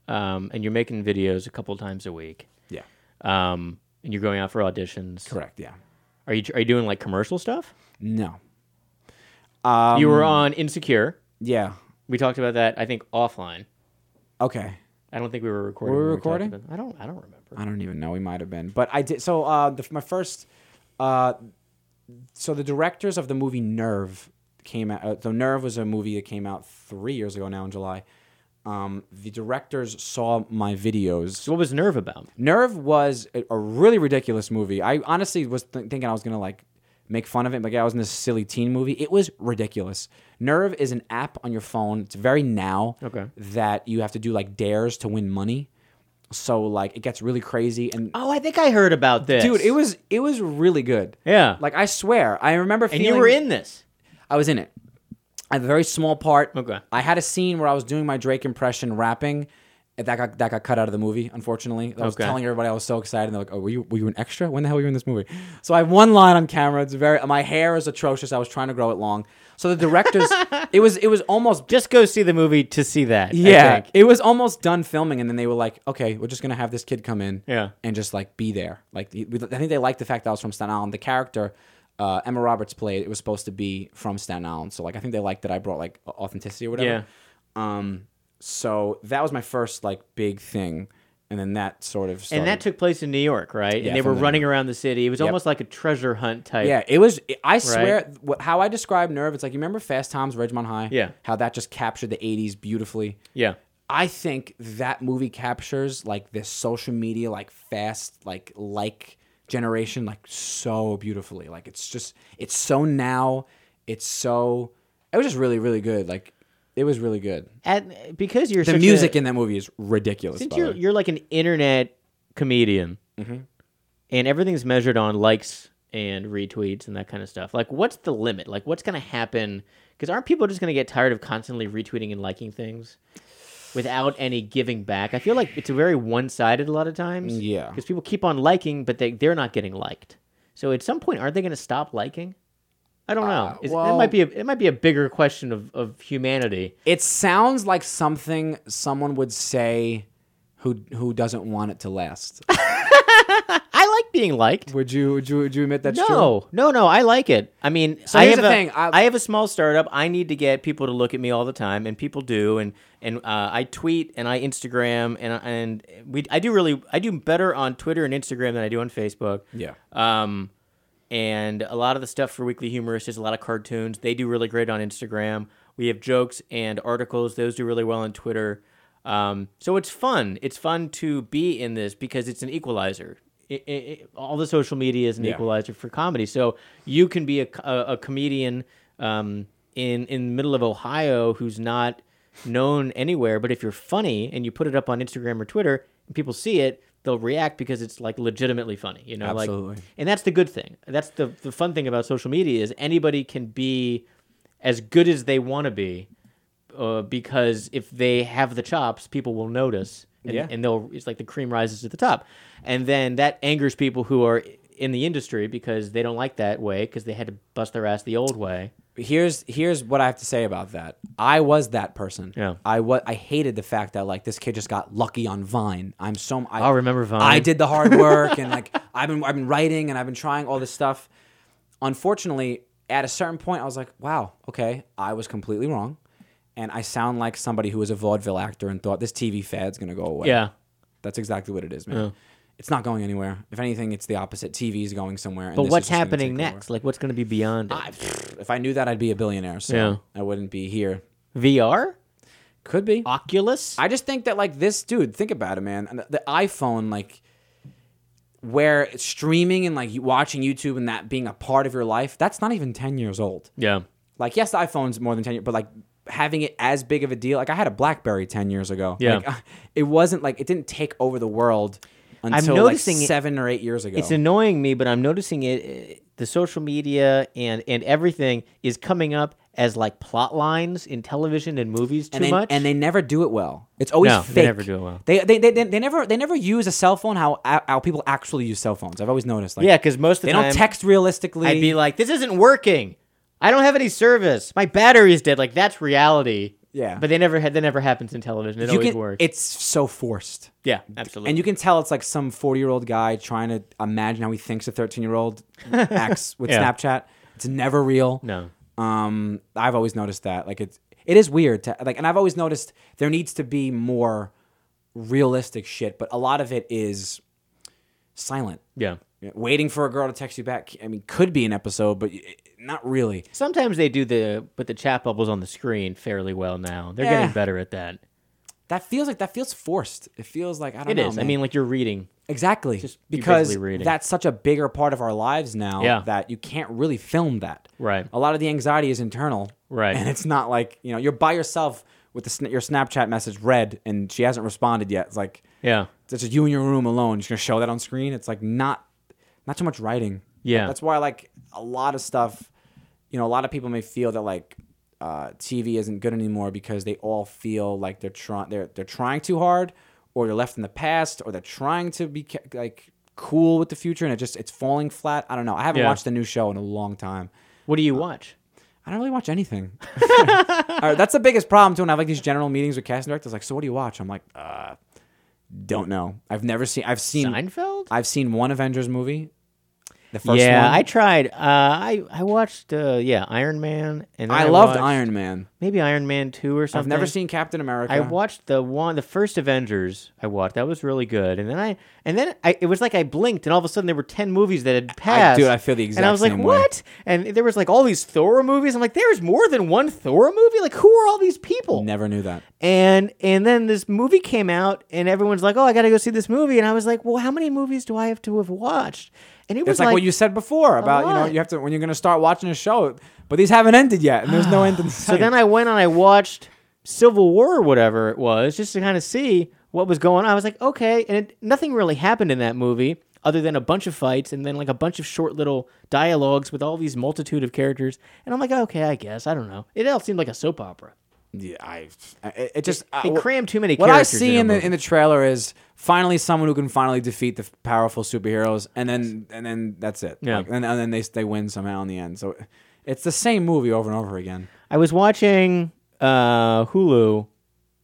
um, and you're making videos a couple times a week, Yeah. um, and you're going out for auditions, Correct. Yeah. are you are you doing like commercial stuff? No. Um, you were on Insecure. yeah. We talked about that. I think offline. Okay. I don't think we were recording. Were we when talked recording? about- I don't. I don't remember. I don't even know. We might have been, but I did. So uh, the, my first, uh, so the directors of the movie Nerve came out. Uh, so Nerve was a movie that came out three years ago now in July. Um, the directors saw my videos. So what was Nerve about? Nerve was a, a really ridiculous movie. I honestly was th- thinking I was gonna like make fun of it, like I was in this silly teen movie. It was ridiculous. Nerve is an app on your phone. It's very now Okay. that you have to do like dares to win money. So like it gets really crazy and Oh, I think I heard about this, dude, it was it was really good. yeah. Like I swear, I remember and feeling you were in this. I was in it. I have a very small part. Okay. I had a scene where I was doing my Drake impression rapping. and That got that got cut out of the movie, unfortunately. I was Okay. telling everybody I was so excited. And they're like, "Oh, were you were you an extra? When the hell were you in this movie?" So I have one line on camera. It's very my hair is atrocious. I was trying to grow it long. So the *laughs* directors, it was it was almost Just go see the movie to see that. I yeah, think. it was almost done filming, and then they were like, "Okay, we're just gonna have this kid come in, Yeah. and just like be there." Like, he- I think they liked the fact that I was from Staten Island. The character uh, Emma Roberts played it was supposed to be from Staten Island, so like I think they liked that I brought like au- authenticity or whatever. Yeah. Um. So that was my first like big thing, and then that sort of started. And that took place in New York, right? Yeah, and they were from the- running around the city. It was almost like a treasure hunt type. Yeah, it was. I swear, wh- how I describe Nerve, it's like you remember Fast Times, at Ridgemont High. Yeah. how that just captured the '80s beautifully. Yeah. I think that movie captures like this social media, like fast, like like generation, like so beautifully. Like it's just, it's so now. It's so. It was just really, really good. Like it was really good. At, because you're The such a- music in that movie is ridiculous. since by the Mm-hmm. you're way. you're like an internet comedian, and everything's measured on likes and retweets and that kind of stuff. Like, what's the limit? Like, what's going to happen? Because aren't people just going to get tired of constantly retweeting and liking things without any giving back? I feel like it's very one sided a lot of times. Mm, Yeah. because people keep on liking, but they they're not getting liked. So at some point, aren't they going to stop liking? I don't know. Is, that Uh, well- might be a, it might be a bigger question of, of humanity. It sounds like something someone would say, who who doesn't want it to last. I like being liked. would you would you would you admit that's true? no, no, no. I like it. I mean, I here's have the a, thing, I- I, have a small startup. I need to get people to look at me all the time, and people do. And and uh, I tweet and I Instagram and and we I do really I do better on Twitter and Instagram than I do on Facebook. Yeah. Um, And a lot of the stuff for Weekly Humorist is a lot of cartoons. They do really great on Instagram. We have jokes and articles, those do really well on Twitter. Um, so it's fun. It's fun to be in this because it's an equalizer. I- I- I- all the social media is an Yeah. equalizer for comedy. So you can be a, co- a, a comedian um, in in the middle of Ohio who's not known anywhere, but if you're funny and you put it up on Instagram or Twitter and people see it, they'll react because it's like legitimately funny. You know, Absolutely. like and that's the good thing. That's the the fun thing about social media is anybody can be as good as they want to be uh, because if they have the chops, people will notice. And, Yeah. and they'll it's like the cream rises to the top, and then that angers people who are in the industry because they don't like that way because they had to bust their ass the old way. here's here's what I have to say about that. I was that person. Yeah. I was I hated the fact that like this kid just got lucky on Vine. I'm so I, I'll remember Vine. I did the hard work and like *laughs* I've been I've been writing and I've been trying all this stuff. Unfortunately, at a certain point I was like, wow, okay, I was completely wrong. And I sound like somebody who was a vaudeville actor and thought this TV fad's gonna go away. Yeah, That's exactly what it is, man. It's not going anywhere. If anything, it's the opposite. TV is going somewhere. And but this is what's just gonna happening take over. next? Like, what's going to be beyond it? I- pfft, if I knew that, I'd be a billionaire. So Yeah. I wouldn't be here. VR, Could be. Oculus. I just think that like this dude. Think about it, man. And The, the iPhone, like where streaming and like you- watching YouTube and that being a part of your life. That's not even ten years old. yeah, Like yes, the iPhone's more than ten years, but like having it as big of a deal. Like I had a BlackBerry ten years ago. Yeah. Like, *laughs* it wasn't like it didn't take over the world until noticing like it- seven or eight years ago. it's annoying me, but I'm noticing it. uh, The social media and and everything is coming up as like plot lines in television and movies too and they, much. and they never do it well. It's always No, fake. they never do it well. They, they, they, they, they never they never use a cell phone how how people actually use cell phones. I've always noticed. Like, yeah, because most of the they time don't text realistically. I'd be like, this isn't working. I don't have any service. My battery's dead. Like that's reality. Yeah. But they never had that never happens in television. It you always can, works. It's so forced, yeah, absolutely. and you can tell it's like some forty year old guy trying to imagine how he thinks a thirteen year *laughs* old acts with Yeah. Snapchat. It's never real. no. Um, I've always noticed that. Like it's it is weird to like, and I've always noticed there needs to be more realistic shit, but a lot of it is silent. Yeah. Yeah, waiting for a girl to text you back. I mean, could be an episode, but y- not really. Sometimes they do the but the chat bubbles on the screen fairly well now. They're Yeah. getting better at that. That feels like that feels forced. It feels like I don't It know. is. I man. mean, like you're reading. exactly be because basically reading. that's such a bigger part of our lives now Yeah. that you can't really film that. Right. A lot of the anxiety is internal. Right. And it's not like you know you're by yourself with the, sna- your Snapchat message read and she hasn't responded yet. It's like Yeah. it's just you in your room alone. You're just gonna show that on screen. It's like not not too much writing. Yeah. that's why like a lot of stuff. You know, a lot of people may feel that like uh, TV isn't good anymore because they all feel like they're trying they're they're trying too hard, or they're left in the past, or they're trying to be ca- like cool with the future, and it just it's falling flat. I don't know. I haven't Yeah. watched a new show in a long time. What do you watch? I don't really watch anything. *laughs* All right, that's the biggest problem too. When I have like these general meetings with casting directors, like, so what do you watch? I'm like, uh, don't know. I've never seen. I've seen. Seinfeld? I've seen one Avengers movie. The first yeah, one. I tried. Uh, I I watched uh, yeah Iron Man and then I loved watched Iron Man. maybe Iron Man two or something. I've never seen Captain America. I watched the one, the first Avengers. I watched that was really good, and then I, and then I, it was like I blinked, and all of a sudden there were ten movies that had passed. dude, I feel the And I exact was like, same way. what? And there was like all these Thor movies. I'm like, there's more than one Thor movie. Like, who are all these people? never knew that. And and then this movie came out, and everyone's like, oh, I got to go see this movie. And I was like, well, how many movies do I have to have watched? And it was It's like, what you said before about you know lot. you have to when you're gonna start watching a show, but these haven't ended yet, and *sighs* there's no end. In So then I went and I watched Civil War or whatever it was, just to kind of see what was going on. I was like, okay, and it, nothing really happened in that movie other than a bunch of fights and then like a bunch of short little dialogues with all these multitude of characters. And I'm like, okay, I guess I don't know. It all seemed like a soap opera. yeah, I, I- it, it just I- They wh- crammed too many. What I characters see a in the movie. in the trailer is finally someone who can finally defeat the f- powerful superheroes, and then and then that's it. Yeah. Like, and, and then they they win somehow in the end. So it's the same movie over and over again. I was watching uh, Hulu,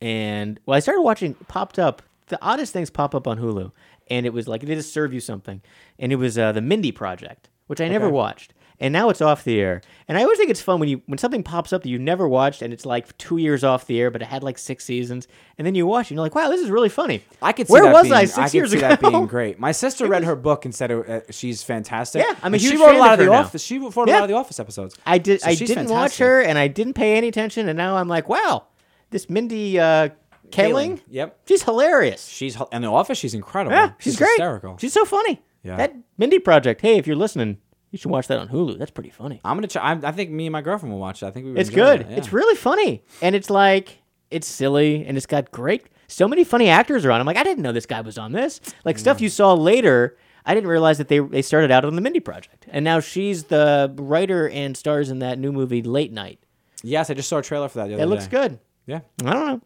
and well, I started watching popped up the oddest things pop up on Hulu, and it was like they just serve you something, and it was uh, the Mindy Project, which I never watched, and now it's off the air. And I always think it's fun when you when something pops up that you've never watched and it's like two years off the air, but it had like six seasons, and then you watch it and you're like, wow, this is really funny. I could see where that was being, I six could years see ago? *laughs* that being great. My sister read her book and said it, uh, she's fantastic. Yeah, I'm a And she huge wrote fan a lot of of the her now. office. She wrote a Yeah. lot of the office episodes. I did. So I she's didn't watch fantastic. her, and I didn't pay any attention, and now I'm like, wow, this Mindy uh, Kaling, Yep. she's hilarious. She's in the office. She's incredible. Yeah, she's, great. hysterical. She's so funny. Yeah. That Mindy Project. Hey, if you're listening, you should watch that on Hulu. That's pretty funny. I'm gonna. Ch- I, I think me and my girlfriend will watch it. I think we. would It's enjoy good. It. Yeah. It's really funny, and it's like it's silly, and it's got great. So many funny actors are on. I'm like, I didn't know this guy was on this. Like Mm. stuff you saw later. I didn't realize that they they started out on the Mindy Project, and now she's the writer and stars in that new movie Late Night. yes. I just saw a trailer for that. The other It looks day. good. Yeah. I don't know.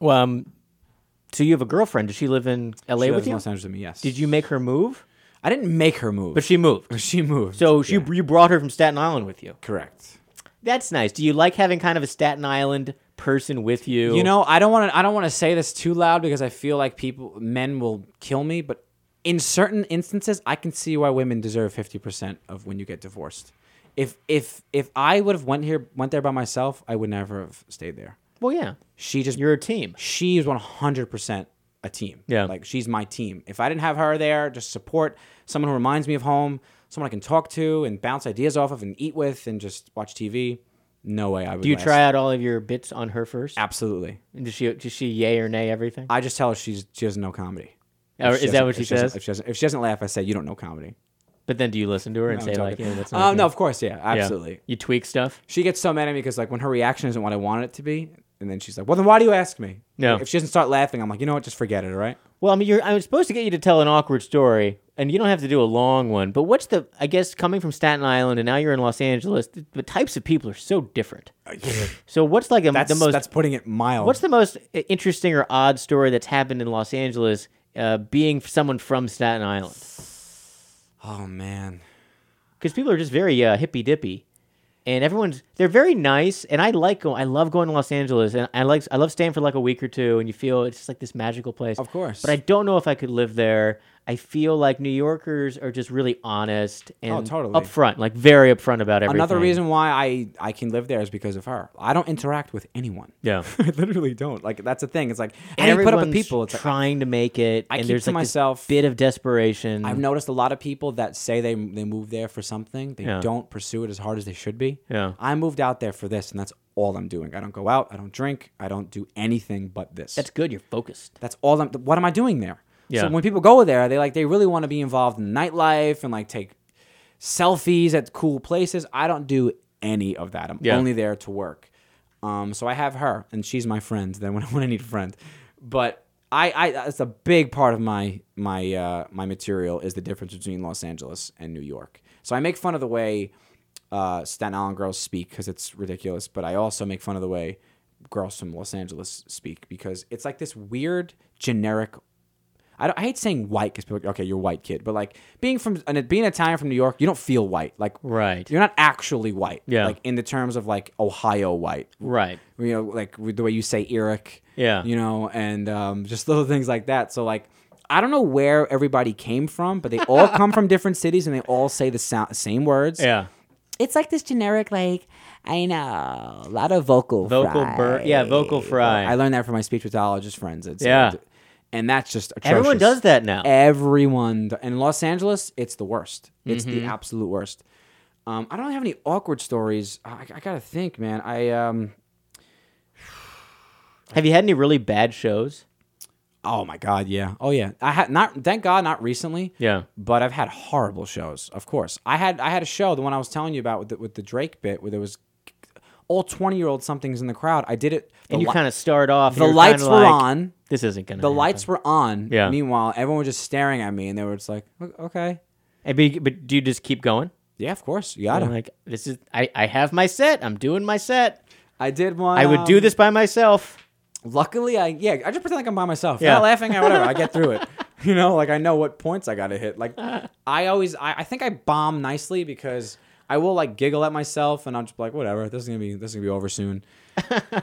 Well, um, so you have a girlfriend. Does she live in L.A. She lives with in you? Los Angeles with me. Yes. Did you make her move? I didn't make her move, But she moved. *laughs* she moved. So she you brought her from Staten Island with you. correct. That's nice. Do you like having kind of a Staten Island person with you? You know, I don't want to. I don't want to say this too loud because I feel like people, men, will kill me. But in certain instances, I can see why women deserve fifty percent of when you get divorced. If if if I would have went here, went there by myself, I would never have stayed there. Well, yeah. She just You're a team. she is 100% a team. Yeah. Like she's my team. If I didn't have her there, just support someone who reminds me of home, someone I can talk to and bounce ideas off of and eat with and just watch TV, no way I would. Do you last. try out all of your bits on her first? Absolutely. And Does she does she yay or nay everything? I just tell her she's she doesn't know comedy. Or If is that doesn't- what she if doesn't- says? If she doesn't, if she doesn't laugh, I say you don't know comedy. But then do you listen to her and I'm say like, joking. "Yeah, *laughs* that's Uh, not no, good"? of course, yeah, Yeah. absolutely. You tweak stuff. She gets so mad at me because like when her reaction isn't what I want it to be, and then she's like, "Well, then why do you ask me?" No. If she doesn't start laughing, I'm like, you know what? Just forget it. All right. Well, I mean, you're I'm supposed to get you to tell an awkward story, and you don't have to do a long one. But what's the? I guess coming from Staten Island and now you're in Los Angeles, the, the types of people are so different. So what's like a, Uh, That's the most? that's putting it mild. what's the most i- interesting or odd story that's happened in Los Angeles? Uh, being someone from Staten Island, oh man. because people are just very uh, hippy dippy, and everyone's they're very nice. And I like go, I love going to Los Angeles, and I like I love staying for like a week or two, and you feel it's just like this magical place. Of course. but I don't know if I could live there. I feel like New Yorkers are just really honest and Oh, totally. upfront, like very upfront about everything. Another reason why I, I can live there is because of her. I don't interact with anyone. *laughs* Yeah. I literally don't. Like that's the thing. It's like and and, you put up with everyone's people. It's like, trying to make it, I and keep there's to like this myself- bit of desperation. I've noticed a lot of people that say they they move there for something. They Yeah. don't pursue it as hard as they should be. Yeah. I moved out there for this, and that's all I'm doing. I don't go out. I don't drink. I don't do anything but this. That's good. You're focused. That's all I'm. What am I doing there? Yeah. So when people go there, they like they really want to be involved in nightlife and like take selfies at cool places. I don't do any of that. I'm Yeah. only there to work. Um, so I have her, and she's my friend. Then *laughs* when, when I need a friend, but I, I that's a big part of my my uh, my material is the difference between Los Angeles and New York. So I make fun of the way uh, Staten Island girls speak because it's ridiculous, but I also make fun of the way girls from Los Angeles speak because it's like this weird generic. I, don't, I hate saying white because people are like, okay, you're a white kid, but like being from an, being Italian from New York, you don't feel white. Like Right. you're not actually white. Yeah. like in the terms of like Ohio white, Right. you know, like with the way you say Eric. Yeah. You know, and um, just little things like that. So like, I don't know where everybody came from, but they all come from different *laughs* cities and they all say the sou- same words. Yeah. it's like this generic like I know a lot of vocal Vocal bur- yeah, vocal fry. I learned that from my speech pathologist friends. It's Yeah. and that's just atrocious. Everyone does that now. Everyone do- in Los Angeles, it's the worst. It's the Mm-hmm. absolute worst. Um, I don't really have any awkward stories. I, I gotta think, man. I um, Have you had any really bad shows? Oh my god, yeah. Oh yeah. I had not thank God not recently. Yeah. But I've had horrible shows, of course. I had I had a show, the one I was telling you about with the, with the Drake bit where there was all 20-year-old somethings in the crowd. I did it the And you li- kind of start off. the you're lights kinda were like, on. This isn't gonna. The happen." lights were on. Yeah. Meanwhile, everyone was just staring at me and they were just like, "O- "Okay. And be- but do you just keep going? Yeah, of course. You got I'm to." like, this is. I, I have my set. I'm doing my set. I did one I would do um, this by myself. Luckily, I yeah, I just pretend like I'm by myself. Yeah. Not laughing at whatever. I get *laughs* through it. You know, like I know what points I gotta hit. Like I always, I, I think I bomb nicely because I will like giggle at myself and I'm just like, whatever. This is gonna be this is gonna be *laughs* over soon.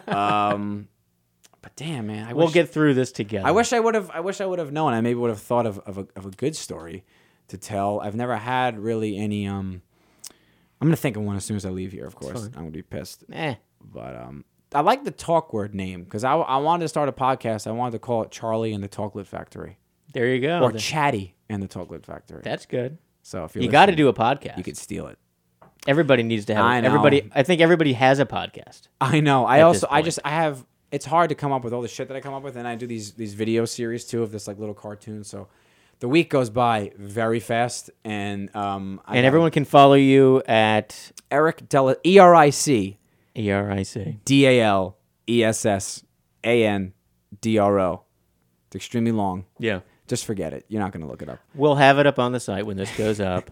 um, but damn, man, I We'll wish, get through this together. I wish I would have. I wish I would have known. I maybe would have thought of, of, a, of a good story to tell. I've never had really any um I'm gonna think of one as soon as I leave here. Of course, I'm gonna be pissed. Eh. But um, I like the talk word name because I, I wanted to start a podcast. I wanted to call it Charlie and the Talklet Factory There you go. or Chatty and the Talklet Factory. That's good. so if you're You got to listening, do a podcast. you could steal it. everybody needs to have. I know. Everybody. I think everybody has a podcast. I know. I At also this I point. just I have it's hard to come up with all the shit that I come up with and I do these these video series too of this like little cartoon. So the week goes by very fast and um I and got everyone can follow you at Eric Della E R I C E R I C. D A L E S S A N D R O. It's extremely long. Yeah. Just forget it. You're not gonna look it up. We'll have it up on the site when this goes *laughs* up.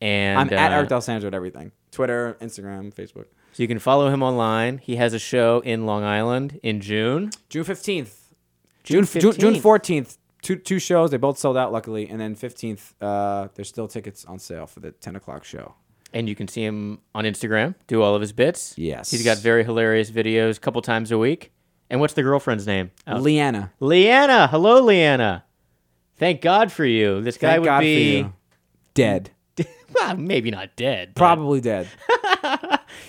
And I'm at uh, Eric Del Sandro at everything. Twitter, Instagram, Facebook. So you can follow him online. He has a show in Long Island in June. June fifteenth. June June 15th. June fourteenth. Two two shows. They both sold out luckily, and then fifteenth. Uh, there's still tickets on sale for the ten o'clock show. And you can see him on Instagram, do all of his bits. Yes. He's got very hilarious videos a couple times a week. And what's the girlfriend's name? Oh, Leanna, Leanna. Hello, Leanna. Thank God for you. This guy thank would God be for you. Dead, *laughs* well, maybe not dead. but probably dead.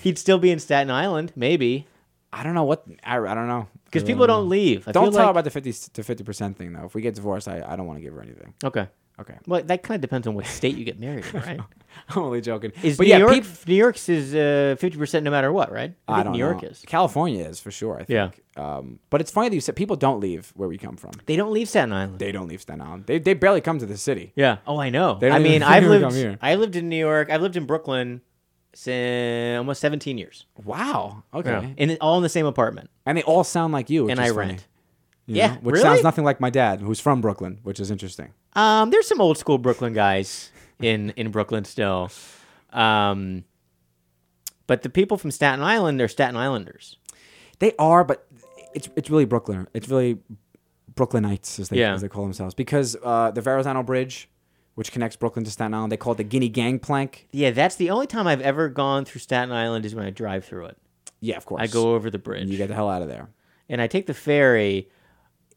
He'd still be in Staten Island, maybe. I don't know what. I, I don't know. Because people don't leave. I Don't feel tell her like- about the fifty to fifty percent thing though. If we get divorced, I, I don't want to give her anything. Okay. Okay, *laughs* Well, that kind of depends on what state you get married in, right? I'm only joking. Is but New yeah, York? peop- New York's is uh, fifty percent no matter what, right? I think don't New York know. is. California is for sure. I Yeah. think. Um, but it's funny that you said people don't leave where we come from. They don't leave Staten Island. They don't leave Staten Island. They they barely come to the city. yeah. Oh, I know. don't I even- mean, *laughs* they I've don't even come lived. here. I lived in New York. I've lived in Brooklyn since almost seventeen years. Wow. Okay. And all in the same apartment. and they all sound like you. which And is I funny, rent. you Yeah, know, which really? sounds nothing like my dad, who's from Brooklyn, which is interesting. Um, there's some old school Brooklyn guys in in Brooklyn still. Um, but the people from Staten Island, they're Staten Islanders. They are, but it's it's really Brooklyn. It's really Brooklynites, as they Yeah. as they call themselves, because uh, the Verrazano Bridge, which connects Brooklyn to Staten Island, they call it the Guinea Gangplank. Yeah, that's the only time I've ever gone through Staten Island is when I drive through it. Yeah, of course. I go over the bridge. You get the hell out of there. and I take the ferry,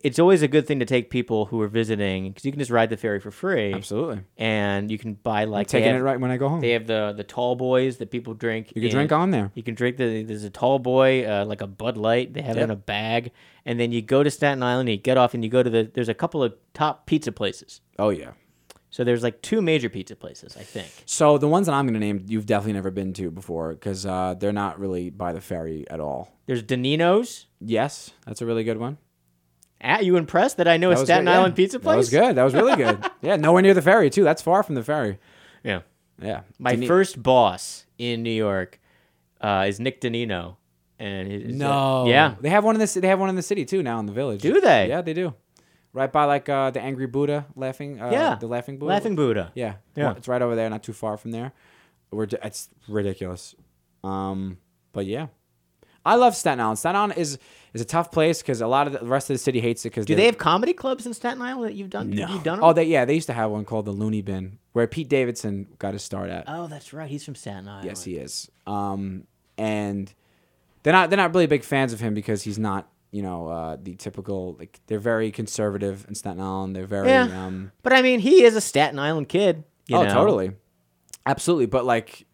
it's always a good thing to take people who are visiting because you can just ride the ferry for free, Absolutely. and you can buy like they Taking have, it right when I go home. They have the the tall boys that people drink. you can drink on there. You can drink the there's a tall boy uh, like a Bud Light they have it Yep. in a bag, and then you go to Staten Island and you get off and you go to the there's a couple of top pizza places. Oh yeah. So there's like two major pizza places I think. So the ones that I'm going to name, you've definitely never been to before, because uh, they're not really by the ferry at all. There's Danino's. Yes, that's a really good one. Ah, you impressed that I know a That was Staten good, yeah. Island pizza place? That was good. That was really *laughs* good. yeah, nowhere near the ferry too. That's far from the ferry. Yeah. Yeah. My Didn't e- first boss in New York uh, is Nick Danino, and his, his- No. yeah, They have one in the ci- they have one in the city too now in the village. Do they? Yeah, they do. Right by like uh, the Angry Buddha laughing. Uh, yeah, The laughing Buddha. Laughing Buddha. Yeah. Yeah. Well, it's right over there, not too far from there. We're d- it's ridiculous. Um, but yeah. I love Staten Island. Staten Island is is a tough place because a lot of the the rest of the city hates it because Do they have comedy clubs in Staten Island that you've done? You've done 'em? Oh, they yeah, they used to have one called the Looney Bin where Pete Davidson got his start at. Oh, that's right. He's from Staten Island. Yes, he is. Um, and they're not they're not really big fans of him because he's not you know uh, the typical like they're very conservative in Staten Island. They're very Yeah. um, But I mean, he is a Staten Island kid. you oh know? totally, absolutely. But like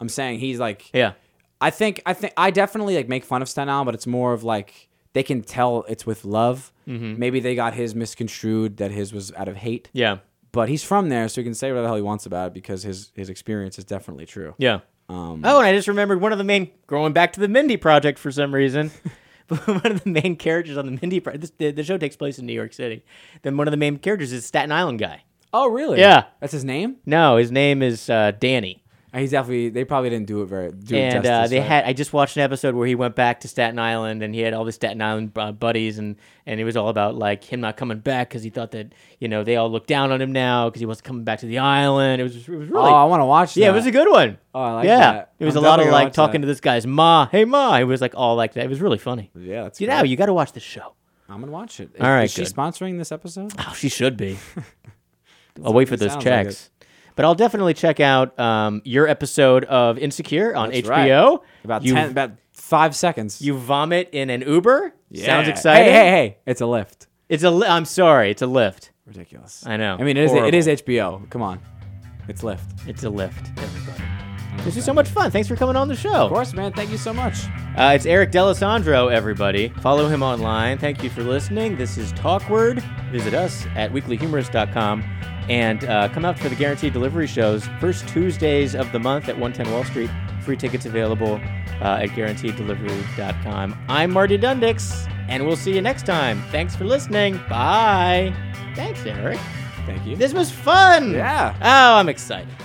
I'm saying, he's like Yeah. I think I think I definitely like make fun of Staten Island, but it's more of like they can tell it's with love. Mm-hmm. Maybe they got his misconstrued that his was out of hate. Yeah. But he's from there, so he can say whatever the hell he wants about it because his his experience is definitely true. Yeah. Um, oh, and I just remembered one of the main going back to the Mindy Project for some *laughs* reason. *laughs* but one of the main characters on the Mindy Project, the, the show takes place in New York City. Then one of the main characters is Staten Island guy. Oh, really? Yeah. that's his name. No, his name is uh, Danny. Uh, He's definitely. They probably didn't do it very. Do it and justice, uh, they right? had. I just watched an episode where he went back to Staten Island, and he had all the Staten Island uh, buddies, and and it was all about like him not coming back because he thought that you know they all look down on him now because he wasn't coming back to the island. It was it was really oh, I want to watch. yeah, it that. was a good one. Oh, I like yeah, that. it was I'm a lot of definitely gonna like watch talking that. to this guy's ma. Hey ma, it was like all like that. It was really funny. yeah, that's You great. know, you got to watch this show. I'm gonna watch it. Is, All right, is she good. sponsoring *laughs* this episode? Oh, she should be. *laughs* I'll wait for it those sounds like checks. but I'll definitely check out um, your episode of Insecure on That's right. HBO. About you, ten, about five seconds. You vomit in an Uber? Sounds Yeah. exciting. Hey, hey, hey! It's a lift. It's a li- I'm sorry, it's a lift. Ridiculous. I know. I mean, it is, it Horrible. is HBO. Come on, it's lift. It's a lift, everybody. All This is so much fun. Thanks for coming on the show. Of course, man. Thank you so much. Uh, it's Eric Delisandro, everybody. Follow him online. Thank you for listening. This is Talkword. Visit us at weeklyhumorist.com and uh, come out for the guaranteed delivery shows first Tuesdays of the month at 110 Wall Street. Free tickets available uh, at guaranteeddelivery.com. I'm Marty Dundix, and we'll see you next time. Thanks for listening. Bye. Thanks, Eric. Thank you. This was fun. Yeah. Oh, I'm excited.